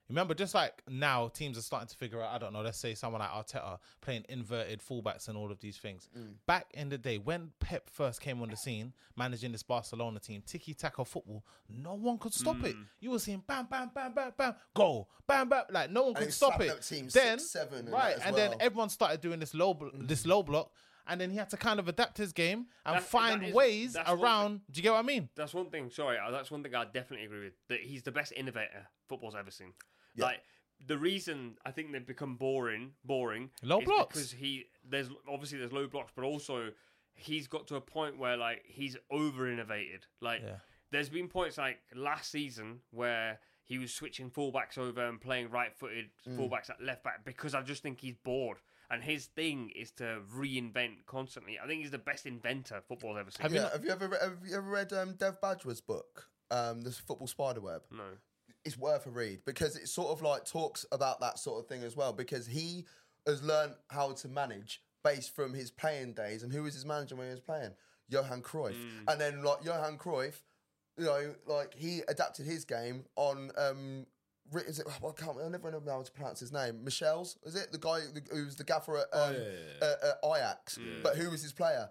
E: Remember, just like now, teams are starting to figure out. I don't know. Let's say someone like Arteta playing inverted fullbacks and all of these things.
C: Mm.
E: Back in the day, when Pep first came on the scene, managing this Barcelona team, tiki taka football, no one could stop it.
A: Mm.
E: You were seeing bam, bam, bam, bam, bam, goal, bam, bam. Like no one
C: And
E: could
C: he
E: stop
C: slapped
E: it.
C: up teams
E: then
C: six, seven and
E: right,
C: that as
E: and then
C: well.
E: everyone started doing this low, bl- this low block. And then he had to kind of adapt his game and
A: That's-
E: find
A: that is-
E: ways
A: that's one
E: around. Do you get what I mean?
A: That's one thing. Sorry, uh, that's one thing I definitely agree with. That he's the best innovator football's ever seen. Like the reason I think they've become boring, boring
E: Low
A: is
E: blocks.
A: because he there's obviously there's low blocks, but also he's got to a point where like he's over innovated. Like
E: Yeah.
A: there's been points like last season where he was switching fullbacks over and playing right-footed fullbacks at left back because I just think he's bored. And his thing is to reinvent constantly. I think he's the best inventor football's ever seen.
E: Have
C: Yeah, have you ever re- have you ever read um, Dev Badger's book, um, the Football Spiderweb?
A: no.
C: It's worth a read because it sort of like talks about that sort of thing as well. Because he has learned how to manage based from his playing days and who was his manager when he was playing, Johan Cruyff, and then like Johan Cruyff, you know, like he adapted his game on. Um, Ri- is it, well, I can't. I never know how to pronounce his name. Michel's is it the guy who was the gaffer at, um, at- at Ajax, but who was his player?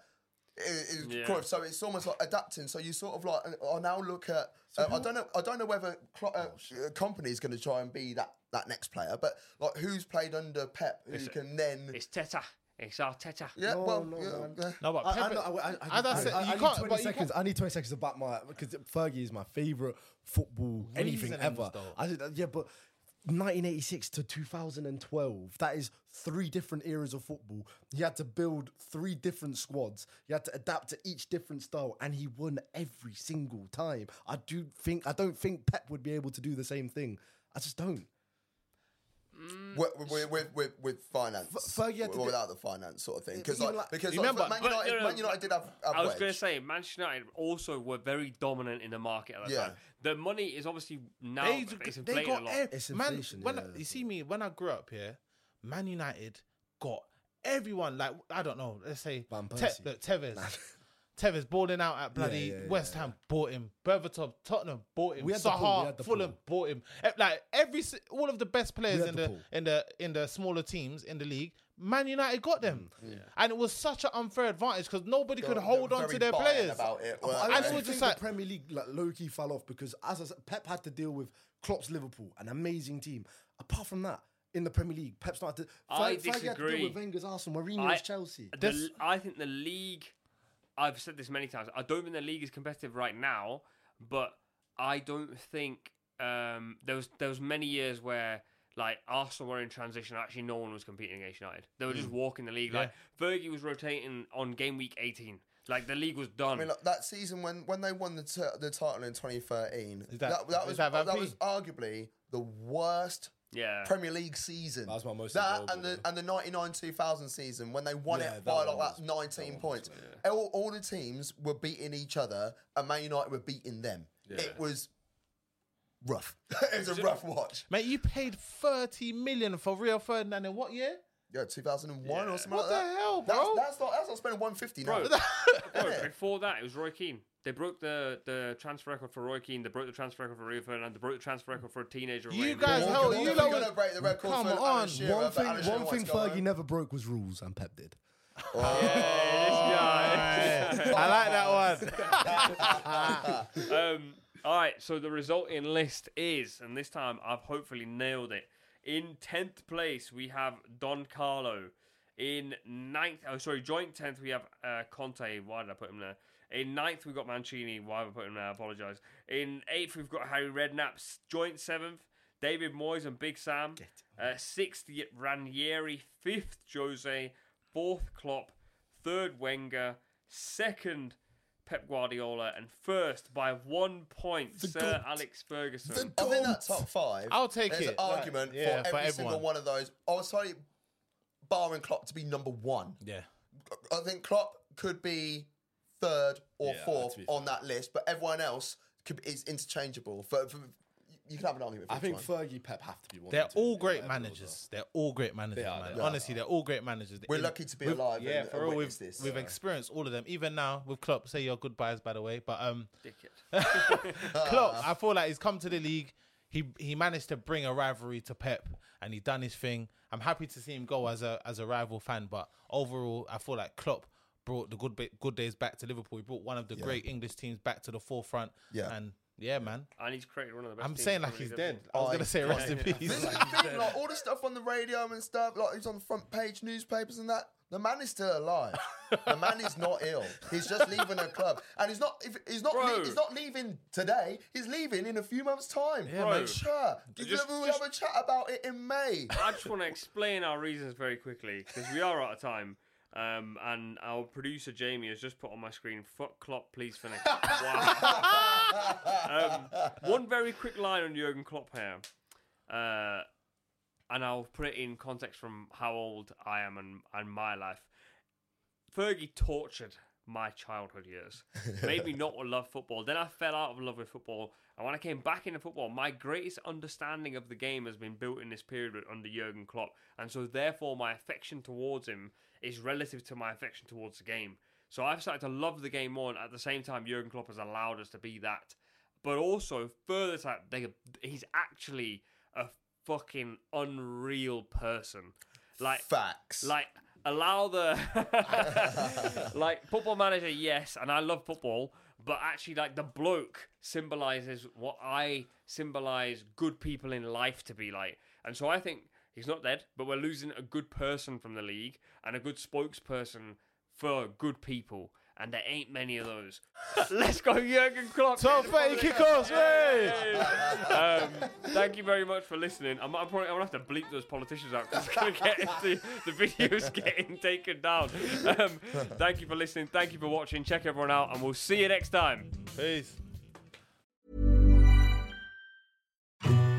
C: It, it,
A: Yeah.
C: Cruyff. So it's almost like adapting. So you sort of like I now look at. uh, I don't know. I don't know whether cl- uh, a company is going to try and be that that next player, but like who's played under Pep who can then.
A: It's Teta. It's our Teta.
C: Yeah,
D: No,
C: well,
D: no,
C: yeah,
D: man.
C: yeah.
E: No, but Pep, as I said, you
D: need
E: can't.
D: 20
E: but you
D: seconds.
E: can't-
D: I need 20 seconds to back my because Fergie is my favorite football anything
E: Reasons,
D: ever.
E: though.
D: I did- yeah, but 1986 to 2012, that is three different eras of football. He had to build three different squads. He had to adapt to each different style, and he won every single time. I do think I don't think Pep would be able to do the same thing. I just don't.
A: Mm.
C: with, with, with, with, with finance,
D: Fergie had
C: Well,
D: to do-
C: without the finance sort of thing, because
D: Yeah,
C: like,
D: but even
C: because
D: like-
C: like,
E: Remember-
C: Man
A: But
C: United,
A: no, no,
C: Man United did have. have
A: I was
C: Wedge.
A: going to say, Manchester United also were very dominant in the market at that
C: Yeah.
A: time. The money is obviously now
E: They,
A: it's
E: they
A: inflated a
E: got
A: lot.
E: ev-
D: It's
E: man.
D: inflation,
E: when I-
D: yeah.
E: you see me when I grew up here, Man United got everyone. Like I don't know. Let's say
D: Van
E: Te-
D: Persie.
E: look, Tevez. Tevez balling out at bloody
D: yeah, yeah,
E: West Ham, bought him. Berbatov, Tottenham, bought him.
D: We had the pool, we
E: Saha,
D: had the
E: Fulham,
D: pool.
E: bought him. Eh, Like every si- all of the best players
D: had
E: in
D: the
E: the,
D: pool.
E: in the in the smaller teams in the league, Man United got them,
D: Mm,
E: and it was such an unfair advantage because nobody could
C: They're-
E: hold
C: they're
E: on to
C: very
E: their
C: biting
E: players.
C: about it.
D: But
C: weren't
D: I,
E: and
C: they?
E: it
D: do
E: was just
D: think
E: like-
D: the Premier League like low key fell off because as I said, Pep had to deal with Klopp's Liverpool, an amazing team. Apart from that, in the Premier League, Pep started to.
A: I
D: Fag- Fag had to
A: disagree.
D: deal with Wenger's Arsenal, Mourinho's Chelsea.
A: the-
E: This-
A: I think the league. I've said this many times. I don't think the league is competitive right now, but I don't think um, there was there was many years where like Arsenal were in transition. Actually, no one was competing against United. They were
C: Mm.
A: just walking the league. Like Fergie was rotating on game week eighteen. Like the league was done.
C: I mean, like, that season when, when they won the, tur the title in 2013,
E: Is that-
C: that, that,
E: is
C: was,
E: that
C: that,
E: Van Persie?
C: was arguably the worst
A: yeah.
C: Premier League season.
D: That was my most
C: That
D: enjoyable,
C: and the
D: though.
C: and the 99 2000 season when they won
D: Yeah,
C: it by
D: that
C: like
D: one
C: that
D: was-
C: 19 points. All, all the teams were beating each other and Man United were beating them. It was rough. it was a rough watch.
E: Mate, you paid 30 million for Rio Ferdinand in what year?
C: Yeah, 2001 or something
E: What
C: like that.
E: the hell,
C: That's,
E: bro?
C: that's not that's not spending 150 now.
A: Bro, bro,
C: Yeah.
A: before that, it was Roy Keane. They broke the, the transfer record for Roy Keane. They broke the transfer record for Rio Ferdinand. They broke the transfer record for a teenager.
E: You
A: Wayne
E: guys,
A: Rooney.
E: hell,
C: We're
E: you
C: gonna
E: lot
C: break the record
E: Come
C: for Alan
E: on,
C: Shearer,
D: one
C: but
D: thing,
C: Alan Shearer
D: one
C: wants
D: thing
C: to go
D: Fergie
C: home.
D: never broke was rules, and Pep did.
C: Oh.
A: Yeah, this guy.
E: I like that one.
A: um, all right, so the resulting list is, and this time I've hopefully nailed it. In 10th place, we have Don Carlo. In ninth, oh, sorry, joint 10th, we have uh, Conte. Why did I put him there? In ninth, we've got Mancini. Why have I put him there? I apologise. In eighth, we've got Harry Redknapp. S- Joint seventh, David Moyes and Big Sam. Uh, sixth, Y- Ranieri. Fifth, Jose. Fourth, Klopp. Third, Wenger. Second, Pep Guardiola, and first by one point, Sir Alex Ferguson.
C: I think that top five.
E: I'll take
C: there's
E: it.
C: An argument
E: Yeah,
C: for every
E: for
C: single
E: everyone.
C: one of those. I was sorry, barring Klopp to be number one.
E: Yeah.
C: I think Klopp could be third or
D: Yeah,
C: fourth
D: to be
C: on that list, but everyone else could, is interchangeable. For, for you can have an argument. For
D: I
C: each
D: think
C: one.
D: Fergie, Pep have to be one.
E: They're
D: and two,
E: all
D: yeah,
E: great
D: Pep
E: managers. They're all great managers,
D: They are,
E: man.
D: they are.
E: Honestly, they're all great managers.
C: We're
E: In-
C: lucky to be
E: we've-
C: alive.
E: Yeah,
C: and,
E: for
C: and
E: real, we've,
C: witness this.
E: we've experienced all of them. Even now with Klopp, say your goodbyes, by the way. But um, Klopp, I feel like he's come to the league. He he managed to bring a rivalry to Pep, and he done his thing. I'm happy to see him go as a as a rival fan, but overall, I feel like Klopp brought the good bit, good days back to Liverpool. He brought one of the great English teams back to the forefront.
C: Yeah.
E: and yeah, man.
A: And he's created one of the best.
E: I'm
A: teams
E: saying
A: in the
E: like he's
A: league,
E: dead.
A: hasn't
E: I was
C: I-
E: gonna say rest in
C: This
E: peace.
C: is the thing, like all the stuff on the radio and stuff, like he's on the front page newspapers and that. The man is still alive. the man is not ill. He's just leaving the club, and he's not. If, he's not.
A: Bro.
C: Le- he's not leaving today. He's leaving in a few months' time.
A: Bro. man.
C: Sure. Give
A: Just-
C: we'll
A: just-
C: have a chat about it in May.
A: he? I just want to explain our reasons very quickly because we are out of time. Um, and our producer Jamie has just put on my screen, "Fuck Klopp, please finish." Wow. um, one very quick line on Jurgen Klopp here, uh, and I'll put it in context from how old I am and, and my life. Fergie tortured my childhood years, made me not love football. Then I fell out of love with football, and when I came back into football, my greatest understanding of the game has been built in this period under Jurgen Klopp, and so therefore my affection towards him is relative to my affection towards the game. So I've started to love the game more, and at the same time, Jurgen Klopp has allowed us to be that. But also, further to that, they, he's actually a fucking unreal person. Like,
C: Facts.
A: like allow the like football manager, yes, and I love football, but actually like the bloke symbolizes what I symbolize good people in life to be like. And so I think he's not dead, but we're losing a good person from the league and a good spokesperson for good people. And there ain't many of those. Let's go, Jurgen Klopp.
E: Top 30 kick-offs, mate.
A: um, thank you very much for listening. I'm, I'm probably I'm gonna have to bleep those politicians out because the, the video's getting taken down. Um, thank you for listening. Thank you for watching. Check everyone out, and we'll see you next time.
E: peace.